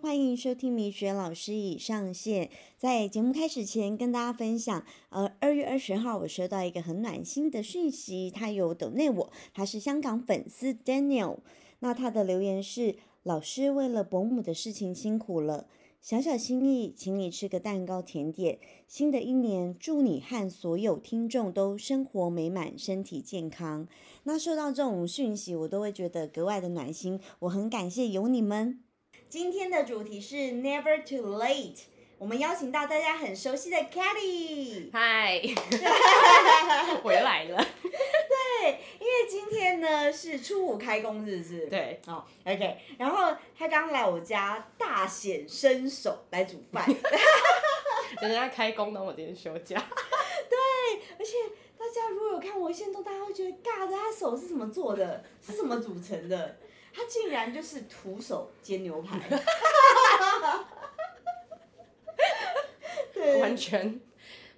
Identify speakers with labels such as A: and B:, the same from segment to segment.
A: 欢迎收听米雪老师已上线。在节目开始前，跟大家分享，呃，二月二十号我收到一个很暖心的讯息，他有抖内我，他是香港粉丝 Daniel，那他的留言是：老师为了伯母的事情辛苦了。小小心意，请你吃个蛋糕甜点。新的一年，祝你和所有听众都生活美满，身体健康。那收到这种讯息，我都会觉得格外的暖心。我很感谢有你们。今天的主题是 Never Too Late。我们邀请到大家很熟悉的 c a t y
B: 嗨， 回来了。
A: 对，因为今天呢是初五开工日子。
B: 对，
A: 哦，OK，然后他刚来我家大显身手来煮饭，
B: 人家开工，然后我今天休假。
A: 而且大家如果有看我的线动，大家会觉得尬的，他手是怎么做的，是怎么组成的？他竟然就是徒手煎牛排，对，
B: 完全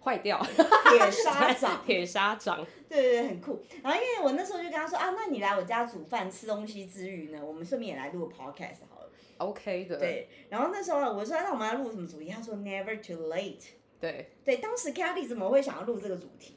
B: 坏掉，
A: 铁砂掌，
B: 铁砂掌。
A: 对对对，很酷。然后因为我那时候就跟他说啊，那你来我家煮饭吃东西之余呢，我们顺便也来录个 podcast 好了。
B: OK 的，
A: 对，然后那时候我说那我们要录什么主题？他说 Never too late。
B: 对
A: 对，当时 Kelly 怎么会想要录这个主题？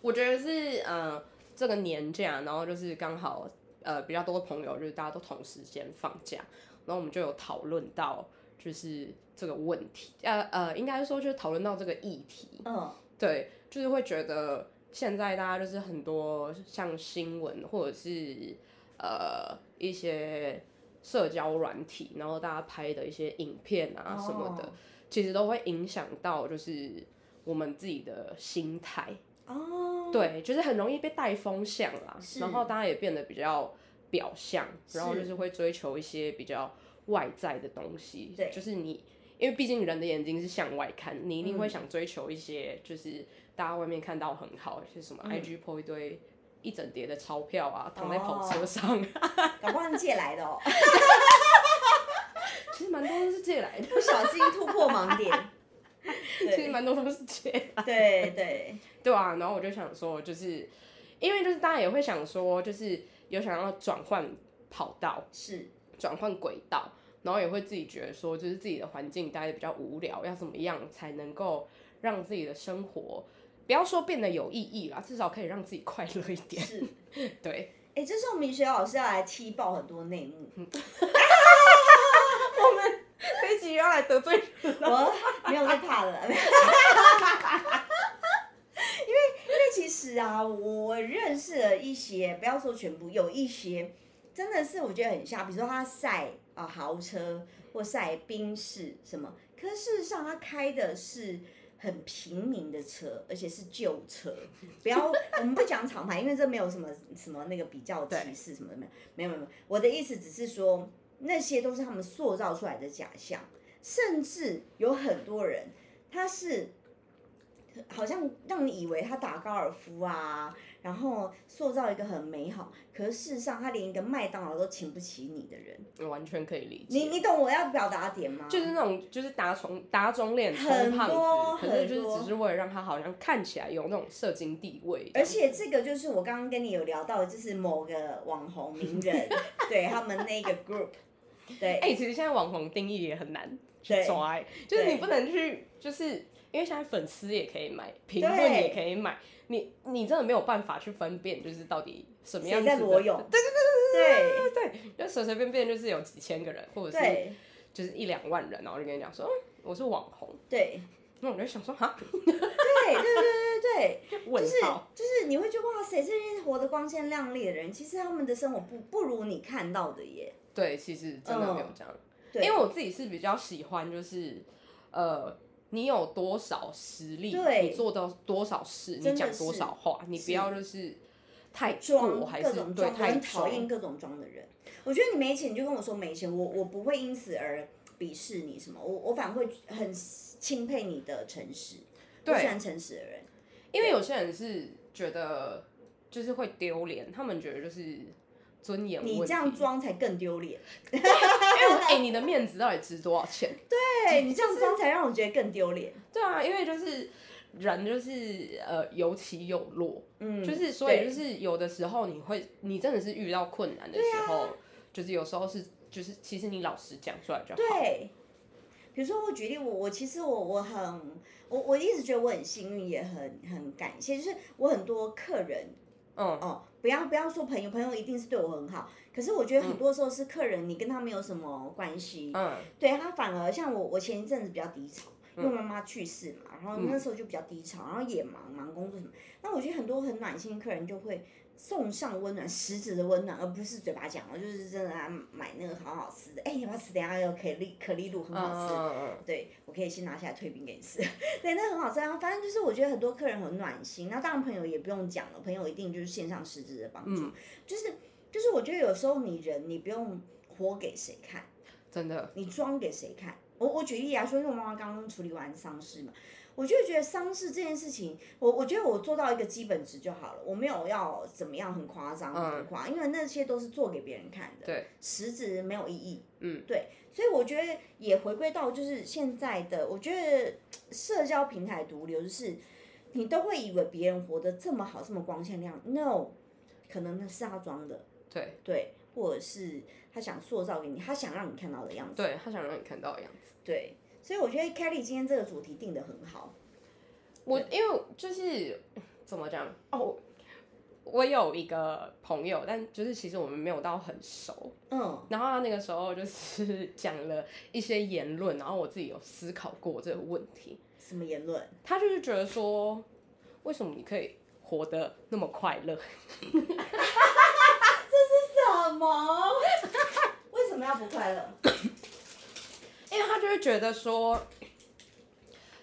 B: 我觉得是呃，这个年假，然后就是刚好呃比较多的朋友，就是大家都同时间放假，然后我们就有讨论到就是这个问题，呃呃，应该说就是讨论到这个议题，
A: 嗯，
B: 对，就是会觉得现在大家就是很多像新闻或者是呃一些社交软体，然后大家拍的一些影片啊什么的，
A: 哦
B: 其实都会影响到就是我们自己的心态，
A: 哎哦，
B: 对，就是很容易被带风向啦，
A: 是
B: 然后大家也变得比较表象，然后
A: 是
B: 就是会追求一些比较外在的东西，
A: 对
B: 就是你。因为毕竟人的眼睛是向外看，你一定会
A: 嗯
B: 想追求一些，就是大家外面看到很好，就是什么
A: 嗯
B: IG po 一堆一整叠的钞票啊，躺在跑
A: 哦
B: 车上，
A: 搞不好是借来的哦，
B: 其实蛮多都是借 来的，
A: 不小心突破盲点。
B: 其实
A: 对
B: 蛮多都是借
A: 对对，
B: 对啊，然后我就想说，就是因为就是大家也会想说，就是有想要转换跑道，
A: 是
B: 转换轨道，然后也会自己觉得说，就是自己的环境待的比较无聊，要怎么样才能够让自己的生活不要说变得有意义啦，至少可以让自己快乐一点。
A: 是。
B: 对，
A: 哎、这时候米雪老师要来踢爆很多内幕。
B: 这一集要来得罪
A: 我没有在怕 了。因为因为其实啊，我认识了一些，不要说全部，有一些真的是我觉得很像，比如说他晒啊、豪车或晒宾士什么，可是事实上他开的是。很平民的车，而且是旧车，不要我们不讲厂牌，因为这没有什么什么那个比较歧视什么的，没有没有没有。我的意思只是说，那些都是他们塑造出来的假象。甚至有很多人，他是好像让你以为他打高尔夫啊，然后塑造一个很美好，可是事实上他连一个麦当劳都请不起你的人，
B: 人，完全可以理解。
A: 你你懂我要表达的点吗？
B: 就是那种就是打肿打肿脸充
A: 啊很
B: 胖
A: 多
B: 子，可是
A: 很
B: 就是
A: 多
B: 只是为了让他好像看起来有那种社经地位这
A: 而
B: 样。
A: 且这个就是我刚刚跟你有聊到，就是某个网红名 人对他们那个 group，对
B: 哎、其实现在网红定义也很难去
A: 对
B: 抓、欸，就是你
A: 对
B: 不能去，就是因为现在粉丝也可以买，评论也可以买，你你真的没有办法去分辨，就是到底什么样
A: 谁
B: 子的
A: 在裸泳？对对
B: 对对对，就随随便便就是有几千个人，或
A: 对
B: 者是
A: 对
B: 就是一两万人，然后就跟你讲说、嗯我是网红，
A: 对
B: 那我就想说哈，
A: 对对对对对。
B: 问
A: 就是
B: 号，
A: 就是你会觉得哇塞，这些活得光鲜亮丽的人，其实他们的生活不不如你看到的耶。
B: 对，其实真的没有这样，
A: 嗯对
B: 因为我自己是比较喜欢就是呃。你有多少实力？
A: 对
B: 你做到多少事？
A: 真
B: 你
A: 的
B: 讲多
A: 是
B: 少话？你不
A: 是
B: 要就是太
A: 装
B: 过，还
A: 各
B: 是
A: 种
B: 对
A: 装，我
B: 太
A: 很讨厌
B: 装
A: 各种装的人。我觉得你没钱你就跟我说没钱，我我不会因此而鄙视你什么，我我反而会很钦佩你的诚实。我喜
B: 对，
A: 欢诚实的人，
B: 因为有些人是觉得就是会丢脸，他们觉得就是尊严问
A: 你
B: 题。
A: 这样装才更丢脸。
B: 因为我哎、你的面子到底值多少钱？哎
A: 对你这样装才让我觉得更丢脸。
B: 对啊，因为就是人就是呃有起有落，
A: 嗯，
B: 就是所以
A: 对
B: 啊就是有的时候你会，你真的是遇到困难的时候，就是有时候是就是其实你老实讲出来就好。
A: 对，比如说我举例，我我其实我我很我我一直觉得我很幸运，也很很感谢，就是我很多客人
B: 嗯，
A: 哦，不要不要说朋友，朋友一定是对我很好，可是我觉得很多时候是客人，你跟他没有什么关系，
B: 嗯，
A: 对他反而像我，我前一阵子比较低潮。因为妈妈去世嘛，然后
B: 嗯
A: 那时候就比较低潮，然后也忙忙工作什么。那我觉得很多很暖心的客人就会送上温暖，实质的温暖，而不是嘴巴讲，就是真的啊，买那个好好吃的，哎、你要不要吃？等一下有可丽可丽露很好吃，
B: 嗯
A: 对，我可以先拿下来退冰给你吃， 对，那很好吃啊。反正就是我觉得很多客人很暖心，那当然朋友也不用讲了，朋友一定就是线上实质的帮
B: 嗯
A: 助，就是就是我觉得有时候你人你不用活给谁看，
B: 真的，
A: 你装给谁看？我我举例来啊说，因为我妈妈刚刚处理完丧事嘛，我就觉得丧事这件事情，我我觉得我做到一个基本值就好了，我没有要怎么样很夸张
B: 嗯
A: 很夸，因为那些都是做给别人看的，
B: 对，
A: 实质没有意义，
B: 嗯，
A: 对，所以我觉得也回归到就是现在的，我觉得社交平台毒瘤就是，你都会以为别人活得这么好，这么光鲜亮，no，可能那是他装的，
B: 对
A: 对，或者是他想塑造给你，他想让你看到的样子。
B: 对，他想让你看到的样子。
A: 对，所以我觉得 Kelly 今天这个主题定的很好。
B: 我因为就是怎么讲哦，我有一个朋友，但就是其实我们没有到很熟。
A: 嗯
B: 然后他那个时候就是 讲了一些言论，然后我自己有思考过这个问题。
A: 什么言论？
B: 他就是觉得说，为什么你可以活得那么快 乐？
A: 什么？ 为什么要不快乐？
B: 因为他就会觉得说，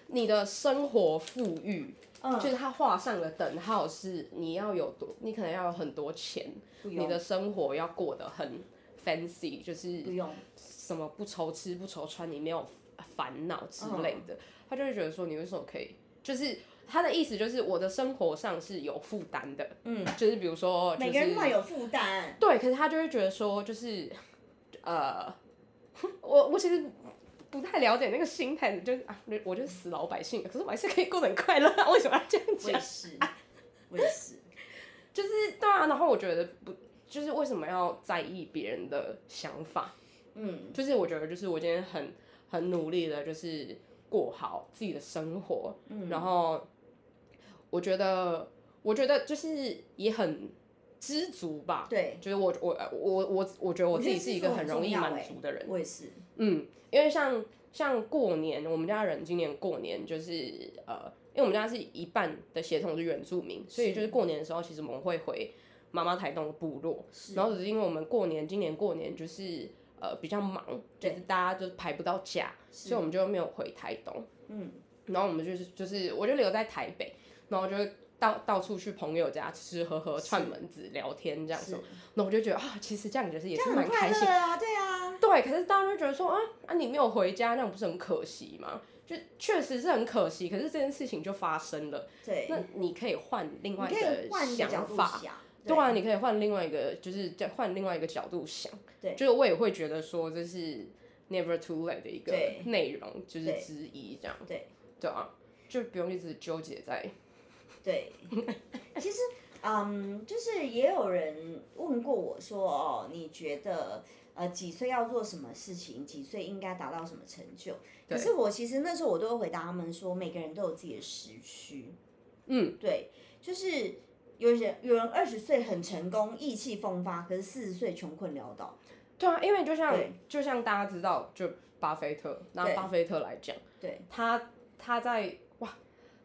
B: 你的生活富裕，就
A: 嗯，
B: 是他画上了等号，是你要有多，你可能要有很多钱，
A: 不
B: 你
A: 用，
B: 的生活要过得很 fancy，就是
A: 不用。
B: 什么不愁吃不愁穿，你没有烦恼之
A: 嗯
B: 类的，他就会觉得说，你为什么可以？就是他的意思就是我的生活上是有负担的，
A: 嗯，
B: 就是比如说、就是，
A: 每个人都有负担。
B: 对，可是他就会觉得说，就是呃，我我其实不太了解那个心态，就是啊，我就是死老百姓，可是我还是可以过得很快乐啊，为什么要这样
A: 我也
B: 讲？
A: 是，我也是。
B: 就是对啊，然后我觉得不，就是为什么要在意别人的想法？
A: 嗯
B: 就是我觉得，就是我今天很很努力的，就是过好自己的生活，
A: 嗯，
B: 然后我觉得，我觉得就是也很知足吧，
A: 啊对，
B: 就是我我我我我觉得我自己是一个很容易
A: 我
B: 满
A: 觉得这是
B: 足
A: 很重要欸
B: 的人，
A: 我也是。
B: 嗯，因为像像过年，我们家人今年过年就是呃，因为我们家是一半的血统是原住民，所以
A: 是
B: 就是过年的时候，其实我们会回妈妈台东的部落，
A: 是
B: 然后只是因为我们过年今年过年就是呃比较忙，就
A: 对
B: 是大家就排不到假，所以我们就没有回台东，
A: 嗯，
B: 然后我们就是就是我就留在台北，然后就会到到处去朋友家吃吃喝喝、串门子、聊天这样子
A: 是，
B: 那我就觉得啊，其实这样就是也
A: 这
B: 是
A: 样
B: 蛮
A: 很快
B: 开心
A: 乐啊，对啊，
B: 对，可是大家就觉得说啊啊，你没有回家，那样不是很可惜吗？就确实是很可惜，可是这件事情就发生了，
A: 对。
B: 那你可以换另
A: 你
B: 外
A: 可
B: 一
A: 以换一个角
B: 想
A: 度
B: 法，
A: 想，
B: 对啊，你可以换另外一个，就是再换另外一个角度想，
A: 对
B: 就是我也会觉得说这是 never too late 的一个
A: 对
B: 内容，就是
A: 对
B: 之一这样，
A: 对，
B: 对啊，就不用一直纠结在，
A: 对，其实，嗯，就是也有人问过我说，哦，你觉得呃几岁要做什么事情，几岁应该达到什么成就？可是我其实那时候我都会回答他们说，每个人都有自己的时区，
B: 嗯，
A: 对，就是有人有人二十岁很成功，意气风发，可是四十岁穷困潦倒，
B: 对啊，因为就像
A: 对
B: 就像大家知道，就巴菲特，拿
A: 对
B: 巴菲特来讲。
A: 对，
B: 他他在哇，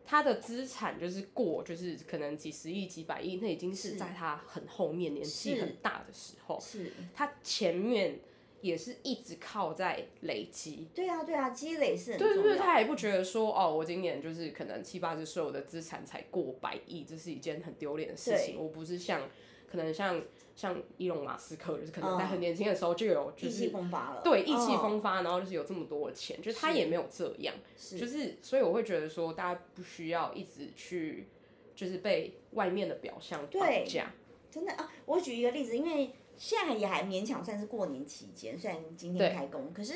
B: 他的资产就是过，就是可能几十亿、几百亿，那已经是
A: 是
B: 在他很后面年纪
A: 是
B: 很大的时候，
A: 是，
B: 他前面也是一直靠在累积。
A: 对啊，对啊，积累是很重
B: 对
A: 要
B: 对
A: 的，
B: 对，他也不觉得说哦，我今年就是可能七八十岁，我的资产才过百亿，这是一件很丢脸的事情。我不是像可能像像伊隆马斯克，就是可能在
A: 嗯
B: 很年轻的时候就有就
A: 意
B: 是
A: 气风发了，
B: 对意气
A: 嗯
B: 风发，然后就是有这么多的钱，就是他
A: 是
B: 也没有这样。
A: 是
B: 就是，所以我会觉得说，大家不需要一直去，就是被外面的表象绑
A: 对
B: 架。
A: 真的啊，我举一个例子，因为现在也还勉强算是过年期间，虽然今
B: 对
A: 天开工，可是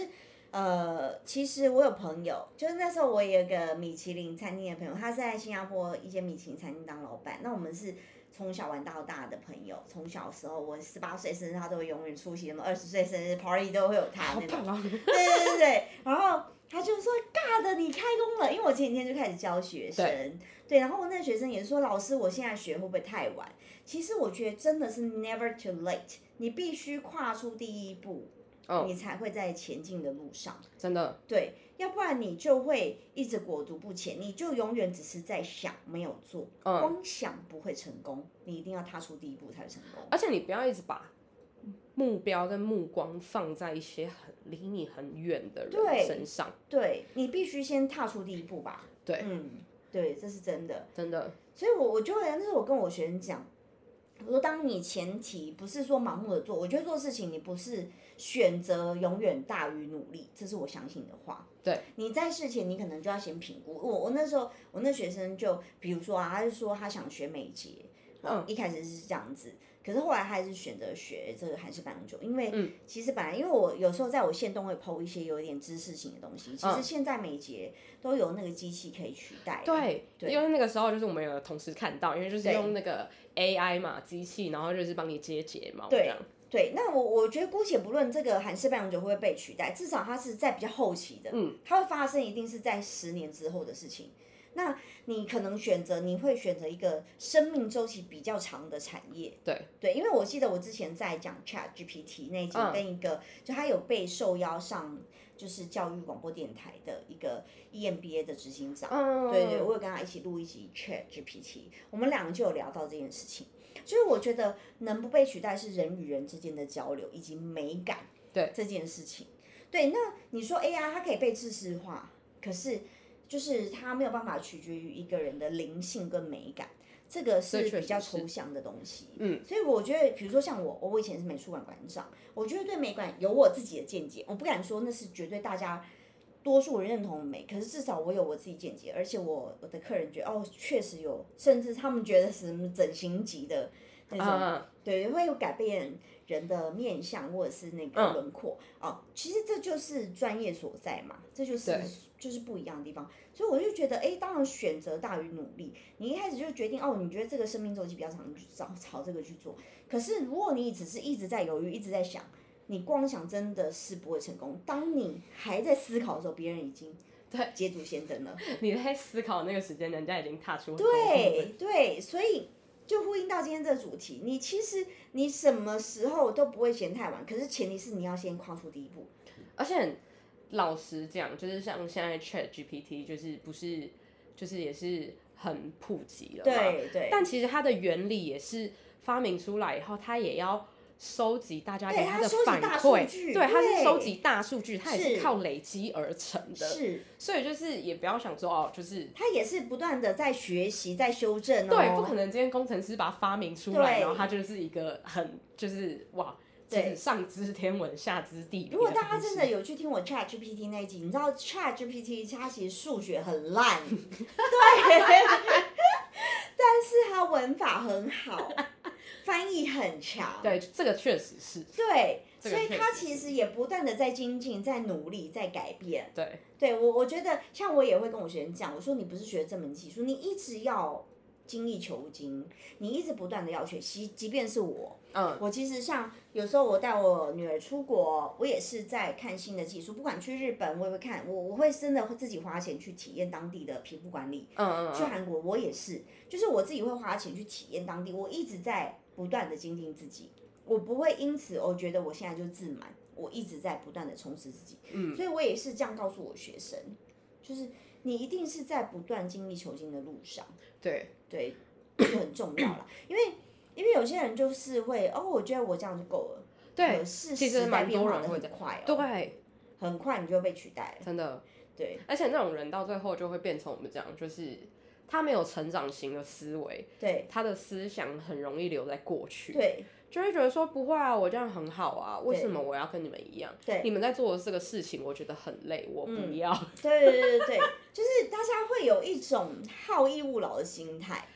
A: 呃，其实我有朋友，就是那时候我有一个米其林餐厅的朋友，他是在新加坡一间米其林餐厅当老板，那我们是。从小玩到大的朋友，从小时候我十八岁生日他都会永远出席，什么二十岁生日 party 都会有他
B: 好
A: 那种。
B: 棒啊！
A: 对对对对，然后他就说：“尬的，你开工了。”因为我前几天就开始教学生，对然后那个学生也说：“老师，我现在学会不会太晚？”其实我觉得真的是 never too late，你必须跨出第一步，你才会在前进的路上。
B: 真的，
A: 对，要不然你就会一直裹足不前，你就永远只是在想没有做，光想不会成功，你一定要踏出第一步才会成功。
B: 而且你不要一直把目标跟目光放在一些很离你很远的人
A: 对
B: 身上，
A: 对你必须先踏出第一步吧。
B: 对
A: 嗯，对，这是真的。
B: 真的，
A: 所以我我就会，那是我跟我学生讲，我说当你前提不是说盲目的做，我觉得做事情你不是选择永远大于努力，这是我相信的话。
B: 对，
A: 你在事前你可能就要先评估。我我那时候我那学生就比如说啊，他就说他想学美睫，哦
B: 嗯
A: 一开始是这样子。可是后来他还是选择学这个韩式棒球，因为
B: 嗯
A: 其实本来因为我有时候在我线动会剖一些有一点知识型的东西，
B: 嗯
A: 其实现在美睫都有那个机器可以取代了。
B: 对，因为那个时候就是我们有同事看到，因为就是用那个 AI 嘛机器，然后就是帮你接睫毛这样，
A: 对，那我我觉得姑且不论这个韩式半永久会不会被取代，至少它是在比较后期的，嗯，它会发生一定是在十年之后的事情。那你可能选择，你会选择一个生命周期比较长的产业，
B: 对
A: 对，因为我记得我之前在讲 Chat GPT 那一集，跟一个、就他有被受邀上就是教育广播电台的一个 E EMBA 的执行长，
B: 嗯
A: 对对，我有跟他一起录一集 Chat GPT，我们两个就有聊到这件事情。就是我觉得能不被取代是人与人之间的交流以及美感，
B: 对
A: 这件事情。对，那你说 AI 它可以被知识化，可是就是它没有办法取决于一个人的灵性跟美感，这个是
B: 确
A: 比较
B: 实是
A: 抽象的东西。嗯，所以我觉得，比如说像我，我以前是美术馆馆长，我觉得对美感有我自己的见解，我不敢说那是绝对大家多数人认同的美，可是至少我有我自己见解，而且我我的客人觉得哦，确实有，甚至他们觉得什么整形级的那种，
B: 嗯
A: 对，会有改变人的面相或者是那
B: 嗯
A: 个轮廓、哦。其实这就是专业所在嘛，这就是
B: 对
A: 就是不一样的地方。所以我就觉得，哎，当然选择大于努力。你一开始就决定哦，你觉得这个生命周期比较长，你就找朝这个去做。可是如果你只是一直在犹豫，一直在想。你光想真的是不会成功。当你还在思考的时候，别人已经
B: 对
A: 捷足先登了。
B: 你在思考那个时间，人家已经踏出很多步了
A: 对对，所以就呼应到今天这个主题，你其实你什么时候都不会嫌太晚，可是前提是你要先跨出第一步。
B: 而且老实讲，就是像现在 Chat GPT，就是不是就是也是很普及了嘛，
A: 对对，
B: 但其实它的原理也是发明出来以后，它也要收集大家
A: 对
B: 给
A: 它
B: 的
A: 收集
B: 反
A: 大数
B: 馈，
A: 据
B: 对，它是
A: 对
B: 收集大数据，它也
A: 是
B: 是靠累积而成的，
A: 是
B: 所以就是也不要想说哦，就是。
A: 他也是不断的在学习，在修正哦。
B: 对，不可能今天工程师把它发明出来，
A: 对
B: 然后它就是一个很就是哇，就
A: 对
B: 是上知天文下知地理。
A: 如果大家真的，有去听我 Chat GPT 那一集，你知道 Chat GPT 它其实数学很烂， 对，但是它文法很好，翻译很强，
B: 对这个确实是
A: 对，
B: 这
A: 所
B: 个
A: 以
B: 确
A: 它
B: 实
A: 其
B: 是
A: 实也不断的在精进，在努力，在改变。
B: 对，
A: 对我，我觉得像我也会跟我学生讲，我说你不是学这门技术，你一直要精益求精，你一直不断的要学习。即便是我，
B: 嗯，
A: 我其实像有时候我带我女儿出国，我也是在看新的技术，不管去日本我也会看，我我会真的会自己花钱去体验当地的皮肤管理。
B: 嗯嗯
A: 去
B: 嗯，
A: 韩国我也是，就是我自己会花钱去体验当地，我一直在不断的精进自己，我不会因此我觉得我现在就自满，我一直在不断的充实自己，嗯，所以我也是这样告诉我学生，就是你一定是在不断精益求精的路上，
B: 嗯对，
A: 对，这很重要啦，因为因为有些人就是会哦，我觉得我这样就够了，
B: 对
A: 可是
B: 其实
A: 时代
B: 蛮
A: 变
B: 多
A: 化
B: 人
A: 的
B: 会
A: 很
B: 这
A: 快哦，
B: 对，
A: 很快你就被取代了，
B: 真的，
A: 对
B: 而且那种人到最后就会变成我们这样，就是他没有成长型的思维，
A: 对
B: 他的思想很容易留在过去，
A: 对
B: 就会觉得说不会啊，我这样很好啊，为
A: 对
B: 什么我要跟你们一样？
A: 对
B: 你们在做的这个事情，我觉得很累，我不
A: 嗯
B: 要。
A: 对对对对对，就是大家会有一种好逸恶劳的心态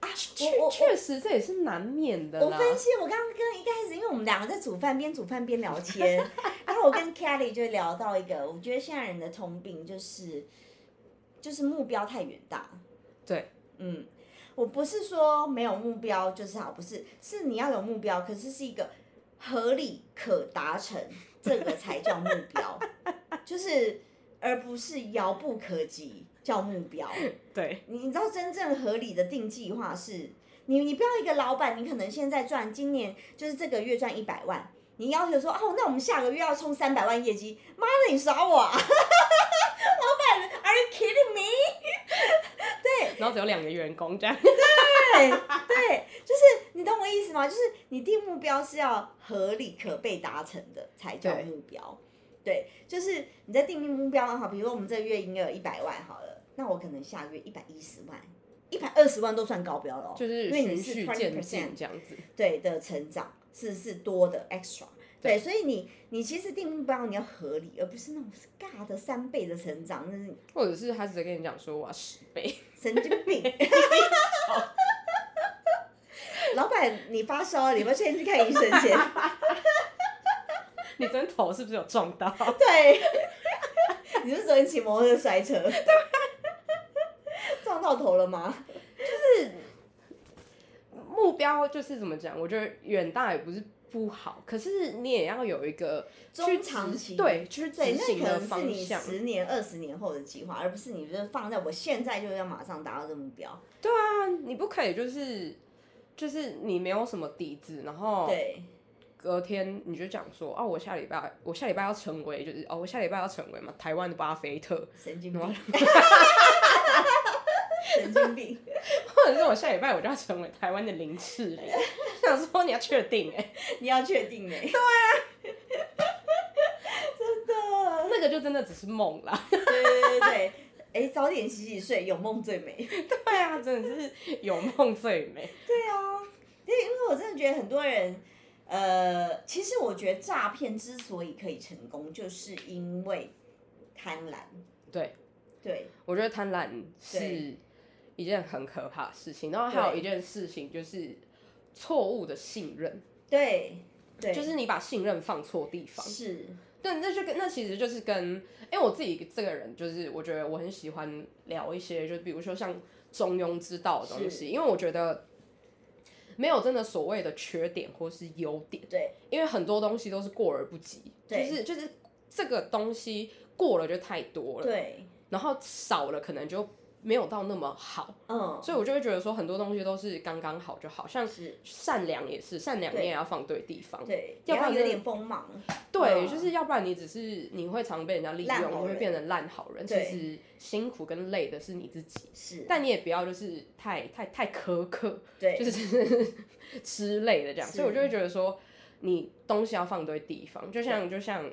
A: 啊！我
B: 确
A: 我
B: 确实这也是难免的
A: 我
B: 啦。
A: 分析，我刚刚跟一开始，因为我们两个在煮饭，边煮饭边聊天，然后我跟 Kelly 就聊到一个，我觉得现在人的通病就是，就是目标太远大。
B: 对，
A: 嗯，我不是说没有目标就是好，不是，是你要有目标，可是是一个合理可达成，这个才叫目标， 就是而不是遥不可及叫目标。
B: 对，
A: 你你知道真正合理的定计划是，你你不要一个老板，你可能现在赚今年就是这个月赚一百万，你要求说哦，那我们下个月要冲三百万业绩，妈的你耍我、啊， 老板，Are you kidding me？
B: 然后只有两个员工这样，
A: 对 对，就是你懂我意思吗？就是你定目标是要合理可被达成的才叫
B: 对
A: 目标。对，就是你在定定目标哈，比如说我们这个月营业额一百万好了，那我可能下个月一百一十万、一百二十万都算高标了哦，
B: 就是
A: 因为你
B: 循
A: 是
B: 序
A: twenty
B: 渐
A: percent
B: 进这样子。
A: 对的成长是是多的 extra。对，所以你你其实定目标你要合理，而不是那种尬的三倍的成长，那是
B: 或者是他直接跟你讲说我要十倍，
A: 神经病。 老板，你发烧了，你们先去看医生先。
B: 你真头是不是有撞到？
A: 对，你是昨天骑摩托车摔车，撞到头了吗？
B: 目标就是怎么讲？我觉得远大也不是不好，可是你也要有一个去
A: 中长
B: 执
A: 期
B: 对去执
A: 对，那
B: 行
A: 可
B: 的
A: 能是
B: 方
A: 你
B: 向。
A: 十年、二十年后的计划，而不是你就是放在我现在就要马上达到这个目标。
B: 啊，你不可以就是就是你没有什么底子，然后
A: 对，
B: 隔天你就讲说哦，我下礼拜我下礼拜要成为就是哦，我下礼拜要成为嘛台湾的巴菲特，
A: 神经
B: 然后
A: 病， 神经病。
B: 或者是我下礼拜我就要成为台湾的林志玲。 想说你要确定哎、
A: 你要确定哎、
B: 那个就真的只是梦啦。
A: 对对对对，哎、早点洗洗睡，有梦最美。
B: 对啊，真的是有梦最美。
A: 对啊，因为因为我真的觉得很多人，呃，其实我觉得诈骗之所以可以成功，就是因为贪婪。
B: 对
A: 对
B: 我觉得贪婪是
A: 对
B: 一件很可怕的事情，然后还有一件事情就是错误的信任，
A: 对对，
B: 就是你把信任放错地方。
A: 是
B: 对，那就跟那其实就是跟，因为我自己这个人就是，我觉得我很喜欢聊一些，就比如说像中庸之道的东西，因为我觉得没有真的所谓的缺点或是优点，
A: 对，
B: 因为很多东西都是过而不及，就
A: 对
B: 是就是这个东西过了就太多了，
A: 对，
B: 然后少了可能就没有到那么好，
A: 嗯，
B: 所以我就会觉得说很多东西都是刚刚好就好，像
A: 是，
B: 善良也是，善良你
A: 对
B: 也要放对地方，
A: 对，
B: 要
A: 也
B: 不然
A: 要
B: 真
A: 有
B: 的
A: 点锋芒。
B: 对，
A: 嗯
B: 就是要不然你只是你会常被人家利
A: 烂
B: 用，
A: 好
B: 你会
A: 人
B: 变成烂好人。其
A: 对
B: 实辛苦跟累的是你自己，
A: 是，
B: 但你也不要就是太太太苛刻，
A: 对，
B: 就是之类的这样。所以我
A: 是
B: 就会觉得说，你东西要放对地方，就像就像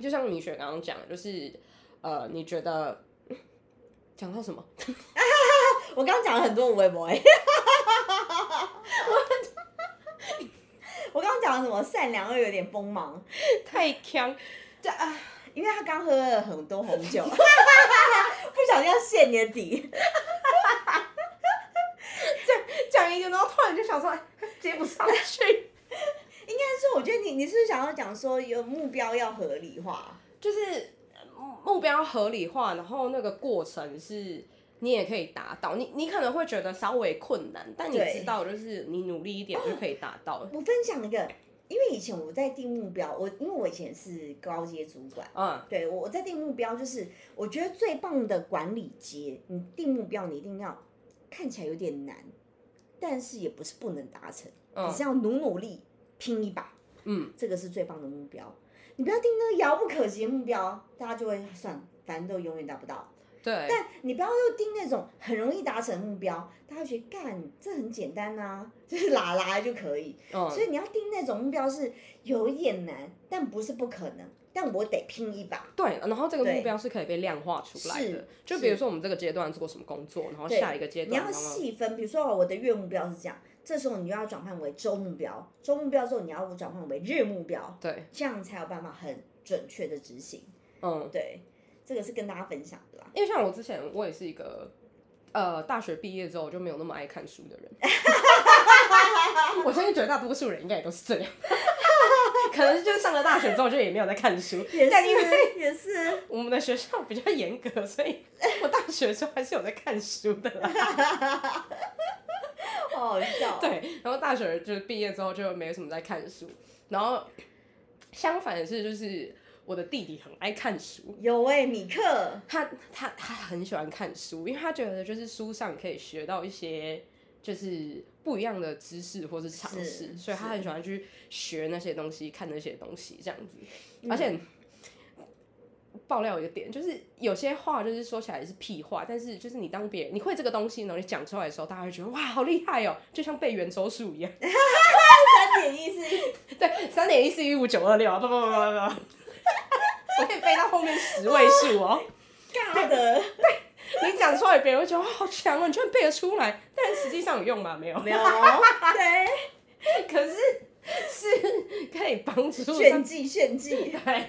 B: 就像米雪刚刚讲的，就是呃，你觉得。 讲到什么？
A: 我刚刚讲了很多微博哎，我刚刚讲了什么善良又有点锋芒，
B: 太强，
A: 因为他刚喝了很多红 酒，不小心要陷你的底。
B: 讲一个，然后突然就想说哎接不上去，
A: 但是我觉得你你是不是想要讲说有目标要合理化，
B: 就是呃目标合理化，然后那个过程是你也可以达到，你你可能会觉得稍微困难，但你
A: 对
B: 知道就是你努力一点就可以达 到了。
A: 我分享一个，因为以前我在定目标，我因为我以前是高阶主管，
B: 嗯，
A: 对我我在定目标就是我觉得最棒的管理阶，你定目标你一定要看起来有点难，但是也不是不能达成，
B: 嗯
A: 你是要努努力拼一把，
B: 嗯，
A: 这个是最棒的目标。你不要定那个遥不可及的目标，大家就会算了，反正都永远达不到。
B: 对，
A: 但你不要又定那种很容易达成的目标，大家觉得干这很简单啊，就是拉拉就可以。
B: 嗯，
A: 所以你要定那种目标是有一点难，但不是不可能，但我得拼一把。
B: 对，然后这个目
A: 对
B: 标是可以被量化出来的
A: 是。
B: 就比如说我们这个阶段做什么工作，然后下一个阶
A: 你
B: 段，
A: 要
B: 然后
A: 细分，比如说哦我的月目标是这样，这时候你就要转换为周目标，周目标之后你要转换为日目标，
B: 对，
A: 这样才有办法很准确的执行。
B: 嗯，
A: 对，这个是跟大家分享的啦。
B: 因为像我之前我也是一个。呃，大学毕业之后我就没有那么爱看书的人， 我相信绝大多数人应该也都是这样， 可能就是上了大学之后就也没有在看书，
A: 也
B: 但因为
A: 是也是，
B: 我们的学校比较严格，所以我大学的时候还是有在看书的啦。
A: 好好笑。哦
B: 对，然后大学就是毕业之后就没有什么在看书，然后相反的是，就是我的弟弟很爱看书，
A: 有哎、米克，
B: 他他他很喜欢看书，因为他觉得就是书上可以学到一些就是不一样的知识或是常识，
A: 是
B: 所以他
A: 是
B: 很喜欢去学那些东西，看那些东西这样子，而且。爆料一个点，就是有些话就是说起来是屁话，但是就是你当别人你会这个东西，然后你讲出来的时候，大家会觉得哇好厉害哦，就像背圆周数一样。
A: 三点一四，
B: 对，三点一四一五九二六啊，不不不不不， 我可以背到后面十位数哦。
A: 尬的，
B: 你讲出来，别人会觉得哇好强哦，你居然背得出来，但实际上有用吗？没有，
A: 没有，哦 对，
B: 可是是可以 帮助
A: 炫
B: 上
A: 技炫技，
B: 对，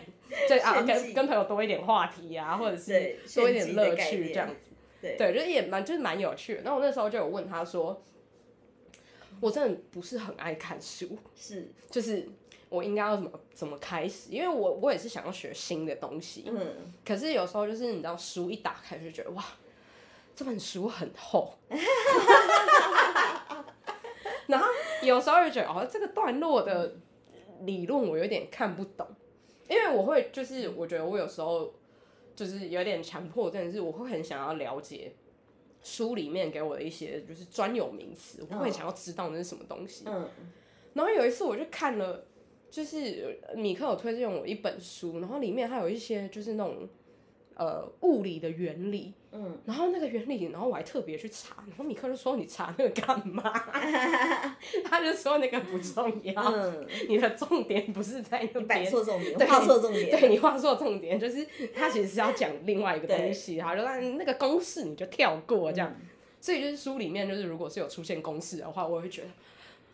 B: 就啊
A: 炫
B: 跟
A: 技
B: 跟朋友多一点话题啊，或者是
A: 对
B: 多一
A: 炫技
B: 点
A: 的
B: 乐
A: 概
B: 趣
A: 念
B: 这样子。
A: 对
B: 对，就是也蛮就是蛮有趣的。那我那时候就有问他说，我真的不是很爱看书，
A: 是，
B: 就是我应该要怎么怎么开始？因为我我也是想要学新的东西，
A: 嗯，
B: 可是有时候就是你知道，书一打开就觉得哇，这本书很厚，然后有时候就觉得哦，这个段落的理论我有点看不懂，因为我会就是我觉得我有时候就是有点强迫症，是我会很想要了解。书里面给我的一些就是专有名词，我会
A: 嗯
B: 想要知道那是什么东西。
A: 嗯，
B: 然后有一次我就看了，就是呃米克有推荐我一本书，然后里面还有一些就是那种呃物理的原理，
A: 嗯，
B: 然后那个原理，然后我还特别去查，然后米克就说你查那个干嘛？ 他就说那个不重要，
A: 嗯，
B: 你的重点不是在那
A: 你摆
B: 边。
A: 错重点，
B: 对
A: 画错重 点，
B: 对你话说重点就是，他其实是要讲另外一个东西，他就让那个公式你就跳过这样。
A: 嗯
B: 所以就是书里面就是如果是有出现公式的话，我会觉得，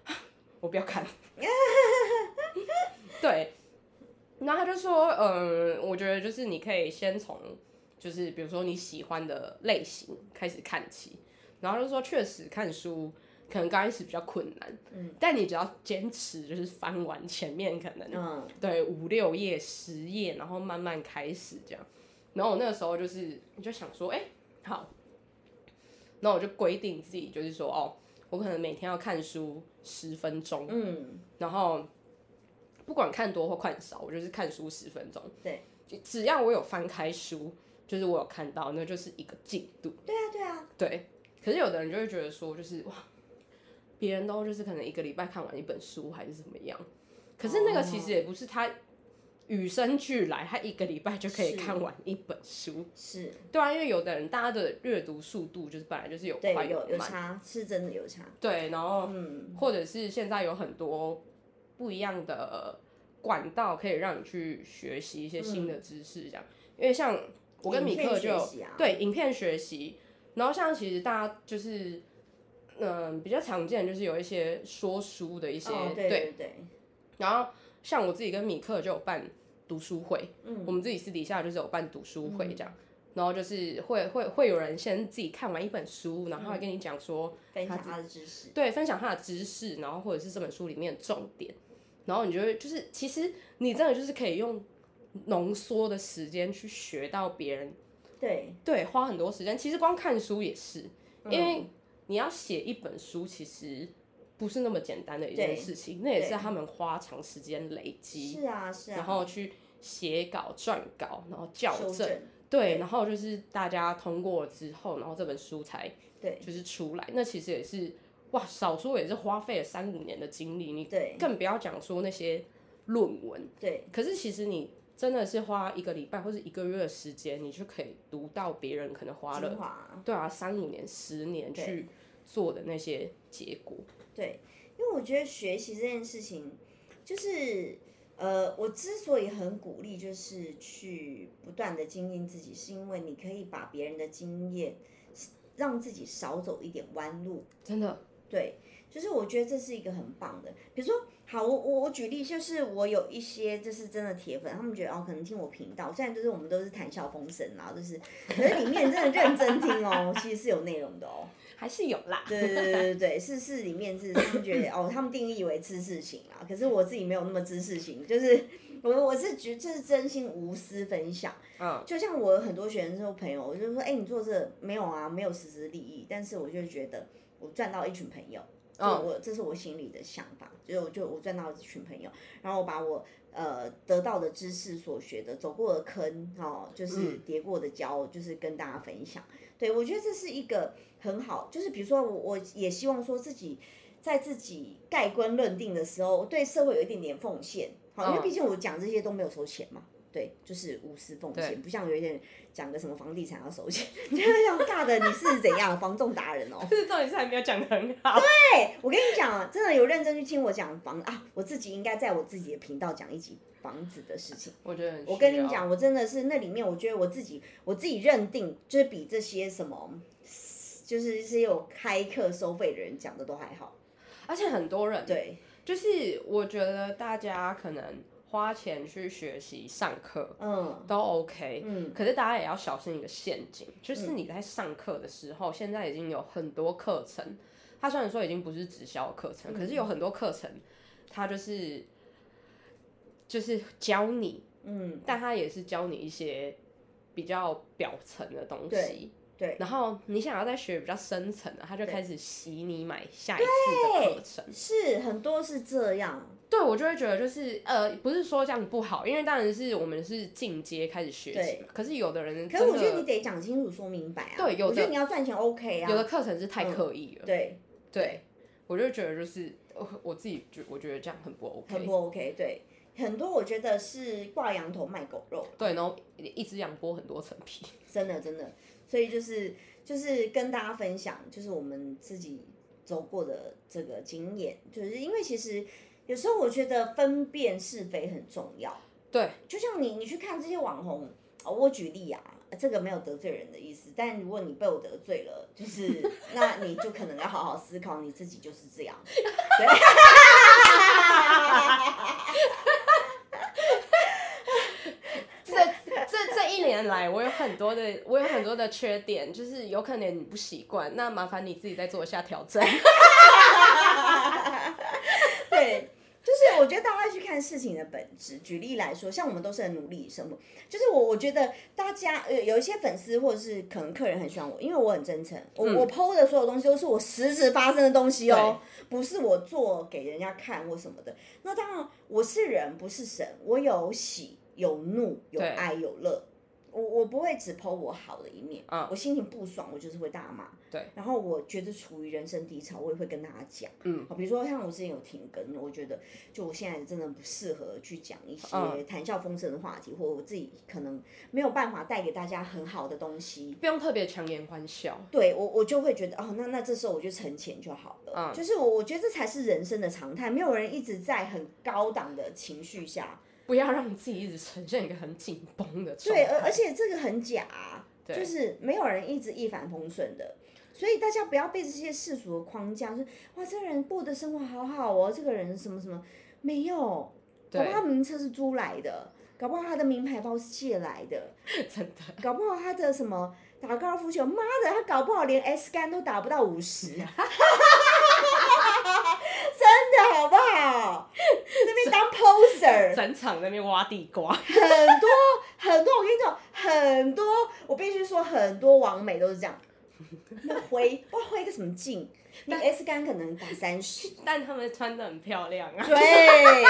B: 啊我不要看。 对，然后他就说，嗯，我觉得就是你可以先从就是比如说你喜欢的类型开始看起，然后就说确实看书。可能刚开始比较困难，嗯，但你只要坚持，就是翻完前面可能
A: 嗯，
B: 对，五六页、十页，然后慢慢开始这样。然后我那个时候就是，你就想说，哎、好，那我就规定自己，就是说，哦，我可能每天要看书十分钟，
A: 嗯，
B: 然后不管看多或看少，我就是看书十分钟。
A: 对，
B: 只要我有翻开书，就是我有看到，那就是一个进度。
A: 对啊，对啊，
B: 对，可是有的人就会觉得说，就是哇，别人都就是可能一个礼拜看完一本书还是怎么样，可是那个其实也不是他与生俱来，他一个礼拜就可以
A: 是
B: 看完一本书，
A: 是，
B: 对啊，因为有的人大家的阅读速度就是本来就是有
A: 对，
B: 快
A: 有有
B: 慢，
A: 差，是真的有差，
B: 对，然后
A: 嗯，
B: 或者是现在有很多不一样的管道可以让你去学习一些新的知识，这样。因为像我跟米克就
A: 嗯
B: 有、
A: 影片学习啊
B: 对影片学习，然后像其实大家就是嗯、比较常见的就是有一些说书的一些、
A: 哦，对对对，
B: 然后像我自己跟米克就有办读书会，嗯，我们自己私底下就是有办读书
A: 嗯
B: 会这样。然后就是会会会有人先自己看完一本书，然后会跟你讲说，
A: 分享他的知识，
B: 对，分享他的知识，然后或者是这本书里面的重点，然后你就会就是，其实你真的就是可以用浓缩的时间去学到别人，
A: 对，
B: 对，花很多时间。其实光看书也是，
A: 嗯
B: 因为你要写一本书，其实不是那么简单的一件
A: 对
B: 事情，那也是
A: 对
B: 他们花长时间累积，
A: 是啊是啊，
B: 然后去写稿、撰稿，然后校
A: 修
B: 正，
A: 正，
B: 对，然后就是大家通过之后，然后这本书才
A: 对
B: 就是出来。那其实也是哇，少说也是花费了三五年的精力，你
A: 对
B: 更不要讲说那些论文。
A: 对，
B: 可是其实你真的是花一个礼拜或者一个月的时间，你就可以读到别人可能花了
A: 精华，
B: 对啊三五年、十年
A: 对
B: 去做的那些结果。
A: 对，因为我觉得学习这件事情，就是呃，我之所以很鼓励，就是去不断的精进自己，是因为你可以把别人的经验，让自己少走一点弯路，
B: 真的，
A: 对，就是我觉得这是一个很棒的。比如说，好，我我我举例，就是我有一些就是真的铁粉，他们觉得哦，可能听我频道，虽然就是我们都是谈笑风生啦，就是，可是里面真的认真听哦，其实是有内容的哦。
B: 还是有 啦。
A: 对对对对对，是是里面是他们觉得哦，他们定义为知识型啊，可是我自己没有那么知识型，就是我我是觉这是真心无私分享，
B: 嗯，
A: 就像我有很多学生说朋友，我就说哎、你做这没有啊，没有实质利益，但是我就觉得我赚到一群朋友，这是我、这是我心里的想法，就是我就我赚到一群朋友，然后我把我呃得到的知识所学的、走过的坑哦，就是跌过的跤，就是跟大家分享。对我觉得这是一个很好，就是比如说我我也希望说自己在自己盖棺论定的时候，对社会有一点点奉献，好，因为毕竟我讲这些都没有收钱嘛。对，就是无私奉献，不像有一些人讲个什么房地产要收钱， 就是像尬的你是怎样房仲达人哦，
B: 就是重点是还没有讲的很好。
A: 对，我跟你讲啊，真的有认真去听我讲房啊，我自己应该在我自己的频道讲一集房子的事情。
B: 我觉得很
A: 我跟
B: 需要
A: 你，讲，我真的是那里面，我觉得我自己我自己认定，就是比这些什么，就是是有开课收费的人讲的都还好。
B: 而且很多人
A: 对，
B: 就是我觉得大家可能花钱去学习上课
A: 嗯
B: 都 OK，
A: 嗯，
B: 可是大家也要小心一个陷阱，就是你在上课的时候，现在已经有很多课程，它虽然说已经不是直销课
A: 嗯
B: 程，可是有很多课程，它就是就是教你，
A: 嗯，
B: 但它也是教你一些比较表层的东西。
A: 对
B: 然后你想要再学比较深层的，他就开始洗你买下一次的课程。
A: 是很多是这样，
B: 对，我就会觉得就是呃，不是说这样不好，因为当然是我们是进阶开始学习
A: 对
B: 嘛。可是有的人
A: 可
B: 嗯真
A: 是
B: 的，
A: 我觉得你得讲清楚说明白啊。
B: 对有的
A: 我觉得你要赚钱 OK
B: 有的
A: 啊。
B: 课程是太刻意了。
A: 对，
B: 对，我就觉得就是我我自己觉我觉得这样很不 OK。
A: 嗯很不 OK。对，很多我觉得是挂羊头卖狗肉。
B: 对，然后一一只羊剥很多层皮。
A: 真的真的，所以就是就是跟大家分享，就是我们自己走过的这个经验，就是因为其实有时候我觉得分辨是非很重要。
B: 对，
A: 就像你你去看这些网红，哦、我举例啊。这个没有得罪人的意思，但如果你被我得罪了，就是 那你就可能要好好思考你自己就是这样。 对
B: 这这这一年来，我有很多的我有很多的缺点，就是有可能你不习惯，那麻烦你自己再做一下调整。
A: 对，就是我觉得大家去看事情的本质。举例来说，像我们都是很努力生活，就是我我觉得大家呃有有一些粉丝或者是可能客人很喜欢我，因为我很真诚，我、我 PO 的所有东西都是我实时发生的东西哦，不是我做给人家看或什么的。那当然，我是人不是神，我有喜有怒有
B: 对
A: 爱有乐。我我不会只剖我好的一面，
B: 嗯
A: 我心情不爽，我就是会大骂，
B: 对，
A: 然后我觉得处于人生低潮，我也会跟大家讲，
B: 嗯
A: 好，比如说像我之前有停更，我觉得就我现在真的不适合去讲一些
B: 嗯
A: 谈笑风生的话题，或我自己可能没有办法带给大家很好的东西，
B: 不用特别强颜欢笑。
A: 对我我就会觉得哦，那那这时候我就存钱就好了，
B: 嗯
A: 就是我我觉得这才是人生的常态，没有人一直在很高档的情绪下，
B: 不要让自己一直呈现一个很紧绷的状
A: 对，呃而
B: 态。
A: 而且这个很假啊、
B: 对
A: 就是没有人一直一帆风顺的，所以大家不要被这些世俗的框架，说哇，这个人过的生活好好哦，这个人什么什么没有，搞
B: 对
A: 不好他名车是租来的，搞不好他的名牌包是借来的，
B: 真的，
A: 搞不好他的什么打高尔夫球，妈的，他搞不好连 S 杆都打不到五十， 真的好不好？那边当 poser，
B: 整场在那边挖地瓜。
A: 很多很多，我跟你讲，很多，我必须说，很多网美都是这样。那挥，哇，挥个什么劲？你 S 杆可能打三十，
B: 但他们穿的很漂亮啊。
A: 对。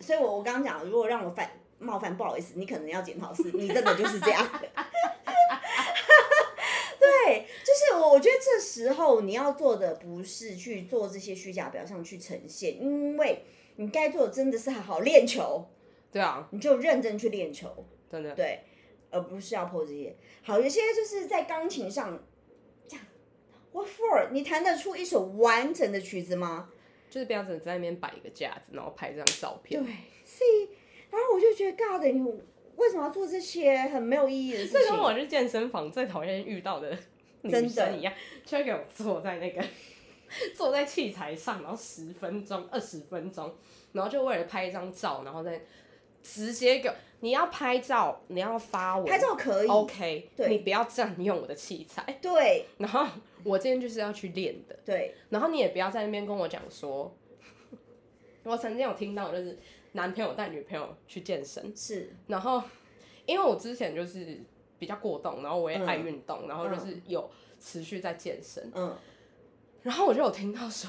A: 所以我我刚刚讲，如果让我犯冒犯，不好意思，你可能要检讨是，你真的就是这样。 对，就是我，我觉得这时候你要做的不是去做这些虚假表象去呈现，因为你该做的真的是好好练球，
B: 对啊，
A: 你就认真去练球。
B: 真的。
A: 对，而不是要 PO 这些。好，有些就是在钢琴上，这样，What for？你弹得出一首完整的曲子吗？
B: 就是不要只在那边摆一个架子，然后拍一张照
A: 对
B: 片。
A: 所以，然后我就觉得，God，你为什么要做这些很没有意义的事情？
B: 这跟我去健身房最讨厌遇到的女
A: 真的
B: 生一样，就会给我坐在那个坐在器材上，然后十分钟、二十分钟，然后就为了拍一张照，然后再直接给我你要拍照，你要发文，
A: 拍照可以
B: OK，
A: 对
B: 你不要占用我的器材。
A: 对
B: 然后我今天就是要去练的，
A: 对，
B: 然后你也不要在那边跟我讲说， 我曾经有听到就是男朋友带女朋友去健身，
A: 是，
B: 然后因为我之前就是
A: 嗯
B: 比较过动，然后我也爱运动，然后就是有持续在健身，
A: 嗯
B: 然后我就有听到说，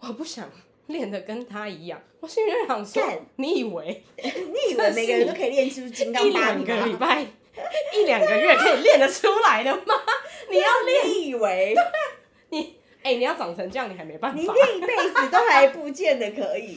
B: 我不想练的跟他一样。我心里就想说
A: 干，
B: 你以为
A: 你以为每个人都可以练出金
B: 一
A: 刚芭
B: 两
A: 比
B: 个礼
A: 吗？
B: 拜、 一两个月可以练得出来的吗？你要
A: 你以为
B: 哎、你要长成这样，你还没办
A: 你
B: 法。
A: 练一辈子都还不见得可 以。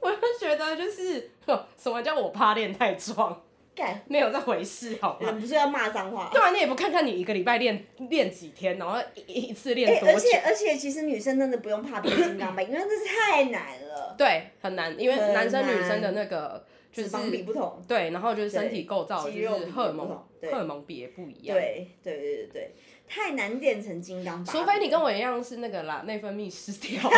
B: 我就觉得就是，呵什么叫我怕练太壮？
A: 干，
B: 没有这回事，好吗？
A: 忍不住要骂脏话。
B: 对啊，你也不看看你一个礼拜练练几天，然后一一次
A: 哎、
B: 练多
A: 而
B: 久？
A: 且而且，其实女生真的不用怕变金刚吧， 因为那是太难了，
B: 对，很难，因为
A: 很
B: 男生女
A: 难
B: 生的那个就
A: 脂
B: 是
A: 肪比不同，
B: 对，然后就是身体
A: 对
B: 构造，就
A: 肌肉比
B: 是荷尔
A: 不
B: 蒙
A: 同，对
B: 荷尔蒙比也不一样。
A: 对对对对对，太难练成金刚芭比。
B: 除非你跟我一样是那个啦，内分泌失 调。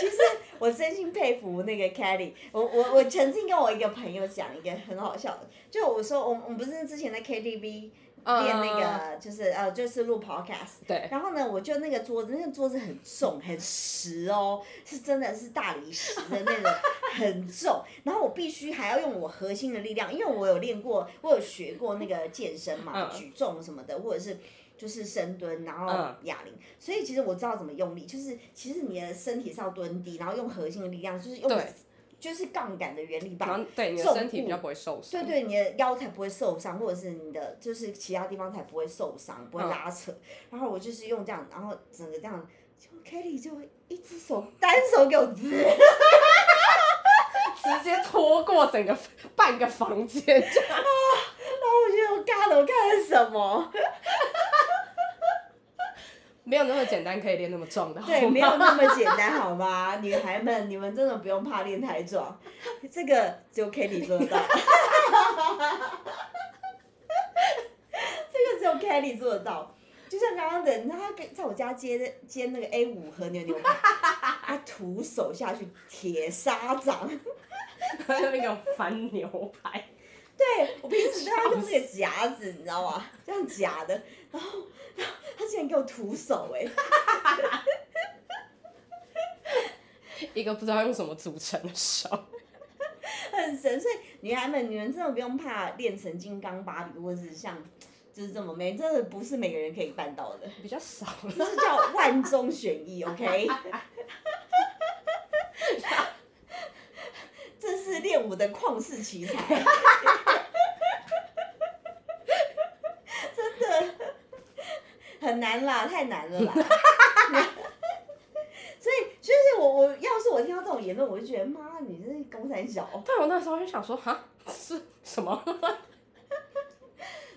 A: 其实我真心佩服那个 Kelly，我我我曾经跟我一个朋友讲一个很好笑的，就我说我们我们不是之前在 KTV 练那个就是呃就是录 podcast，
B: 嗯对，
A: 然后呢我就那个桌子那个桌子很重很实哦，是真的是大理石的那种很重， 然后我必须还要用我核心的力量，因为我有练过，我有学过那个健身嘛，
B: 嗯
A: 举重什么的，或者是。就是深蹲，然后
B: 嗯
A: 哑铃，所以其实我知道怎么用力，就是其实你的身体是要蹲低，然后用核心的力量，就是用
B: 对
A: 就是杠杆的原理
B: 然
A: 吧，
B: 后对你的
A: 重
B: 身体
A: 物
B: 比较不会受伤。
A: 对对，你的腰才不会受伤，或者是你的就是其他地方才不会受伤，不会
B: 嗯
A: 拉扯。然后我就是用这样，然后整个这样，就 Kelly 就一只手单手给我 支，
B: 直接拖过整个半个房间 这样。
A: 然后我就我干了，我干了什么？
B: 没有那么简单可以练那么壮的，
A: 对，
B: 好
A: 没有
B: 吗
A: 那么简单，好吗？ 女孩们，你们真的不用怕练太壮，这个只有 Kelly 做得到。 这个只有 Kelly 做得到。就像刚刚的，你知道他给在我家接接那个 A 五和牛牛排，他徒手下去铁砂掌，
B: 然 后那个翻牛排，
A: 对我平时都要用那个夹子，你知道吗？这样夹的，然后然后他竟然给我徒手哎、
B: 一个不知道用什么组成的手。
A: 很神。所以女孩们，你们真的不用怕练成金刚芭比，或者是像就是这么美，真的不是每个人可以办到的，
B: 比较 少了，
A: 这是叫万中选一，OK？这是练武的旷世奇才， 真的很难啦，太难了啦。 所以，就是我，我要是我听到这种言论，我就觉得妈，你这是公三小。
B: 但我那时候就想说，哈，是什么？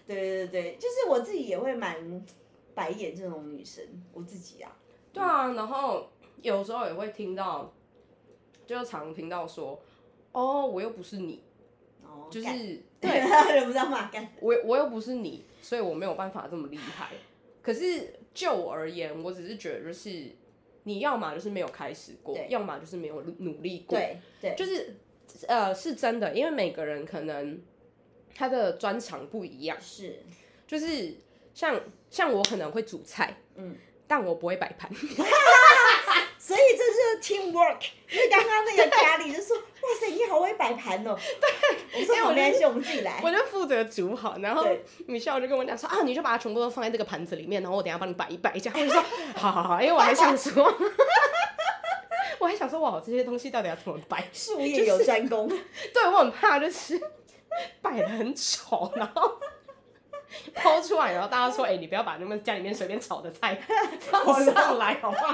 A: 对对对，就是我自己也会蛮白眼这种女生，我自己啊，
B: 对啊，然后有时候也会听到，就常听到说，哦，我又不是你，
A: 哦，
B: 就是
A: 干
B: 对
A: 忍不住要骂干，
B: 我我又不是你，所以我没有办法这么厉害。可是就我而言，我只是觉得就是你要么就是没有开始过
A: 对，
B: 要么就是没有努力过。
A: 对对，
B: 就是呃是真的，因为每个人可能他的专长不一样，
A: 是，
B: 就是像像我可能会煮菜，
A: 嗯，
B: 但我不会摆盘，
A: 所以这就是 team work。因为刚刚那个咖喱就说，哇塞，你好会摆盘哦，对，我说
B: 因为
A: 好
B: 我
A: 没关
B: 就
A: 系，我们自己来，
B: 我就负责煮好，然后
A: 对
B: 米笑就跟我讲说啊，你就把它全部都放在这个盘子里面，然后我等一下帮你摆一摆，这样我 就说好好好，因为我还想说， 我还想说哇，这些东西到底要怎么摆？
A: 术业有专 攻，
B: 对我很怕就是摆的很丑，然后。 抛出来，然后大家说：“哎、你不要把你们家里面随便炒的菜 放上来，好不好？”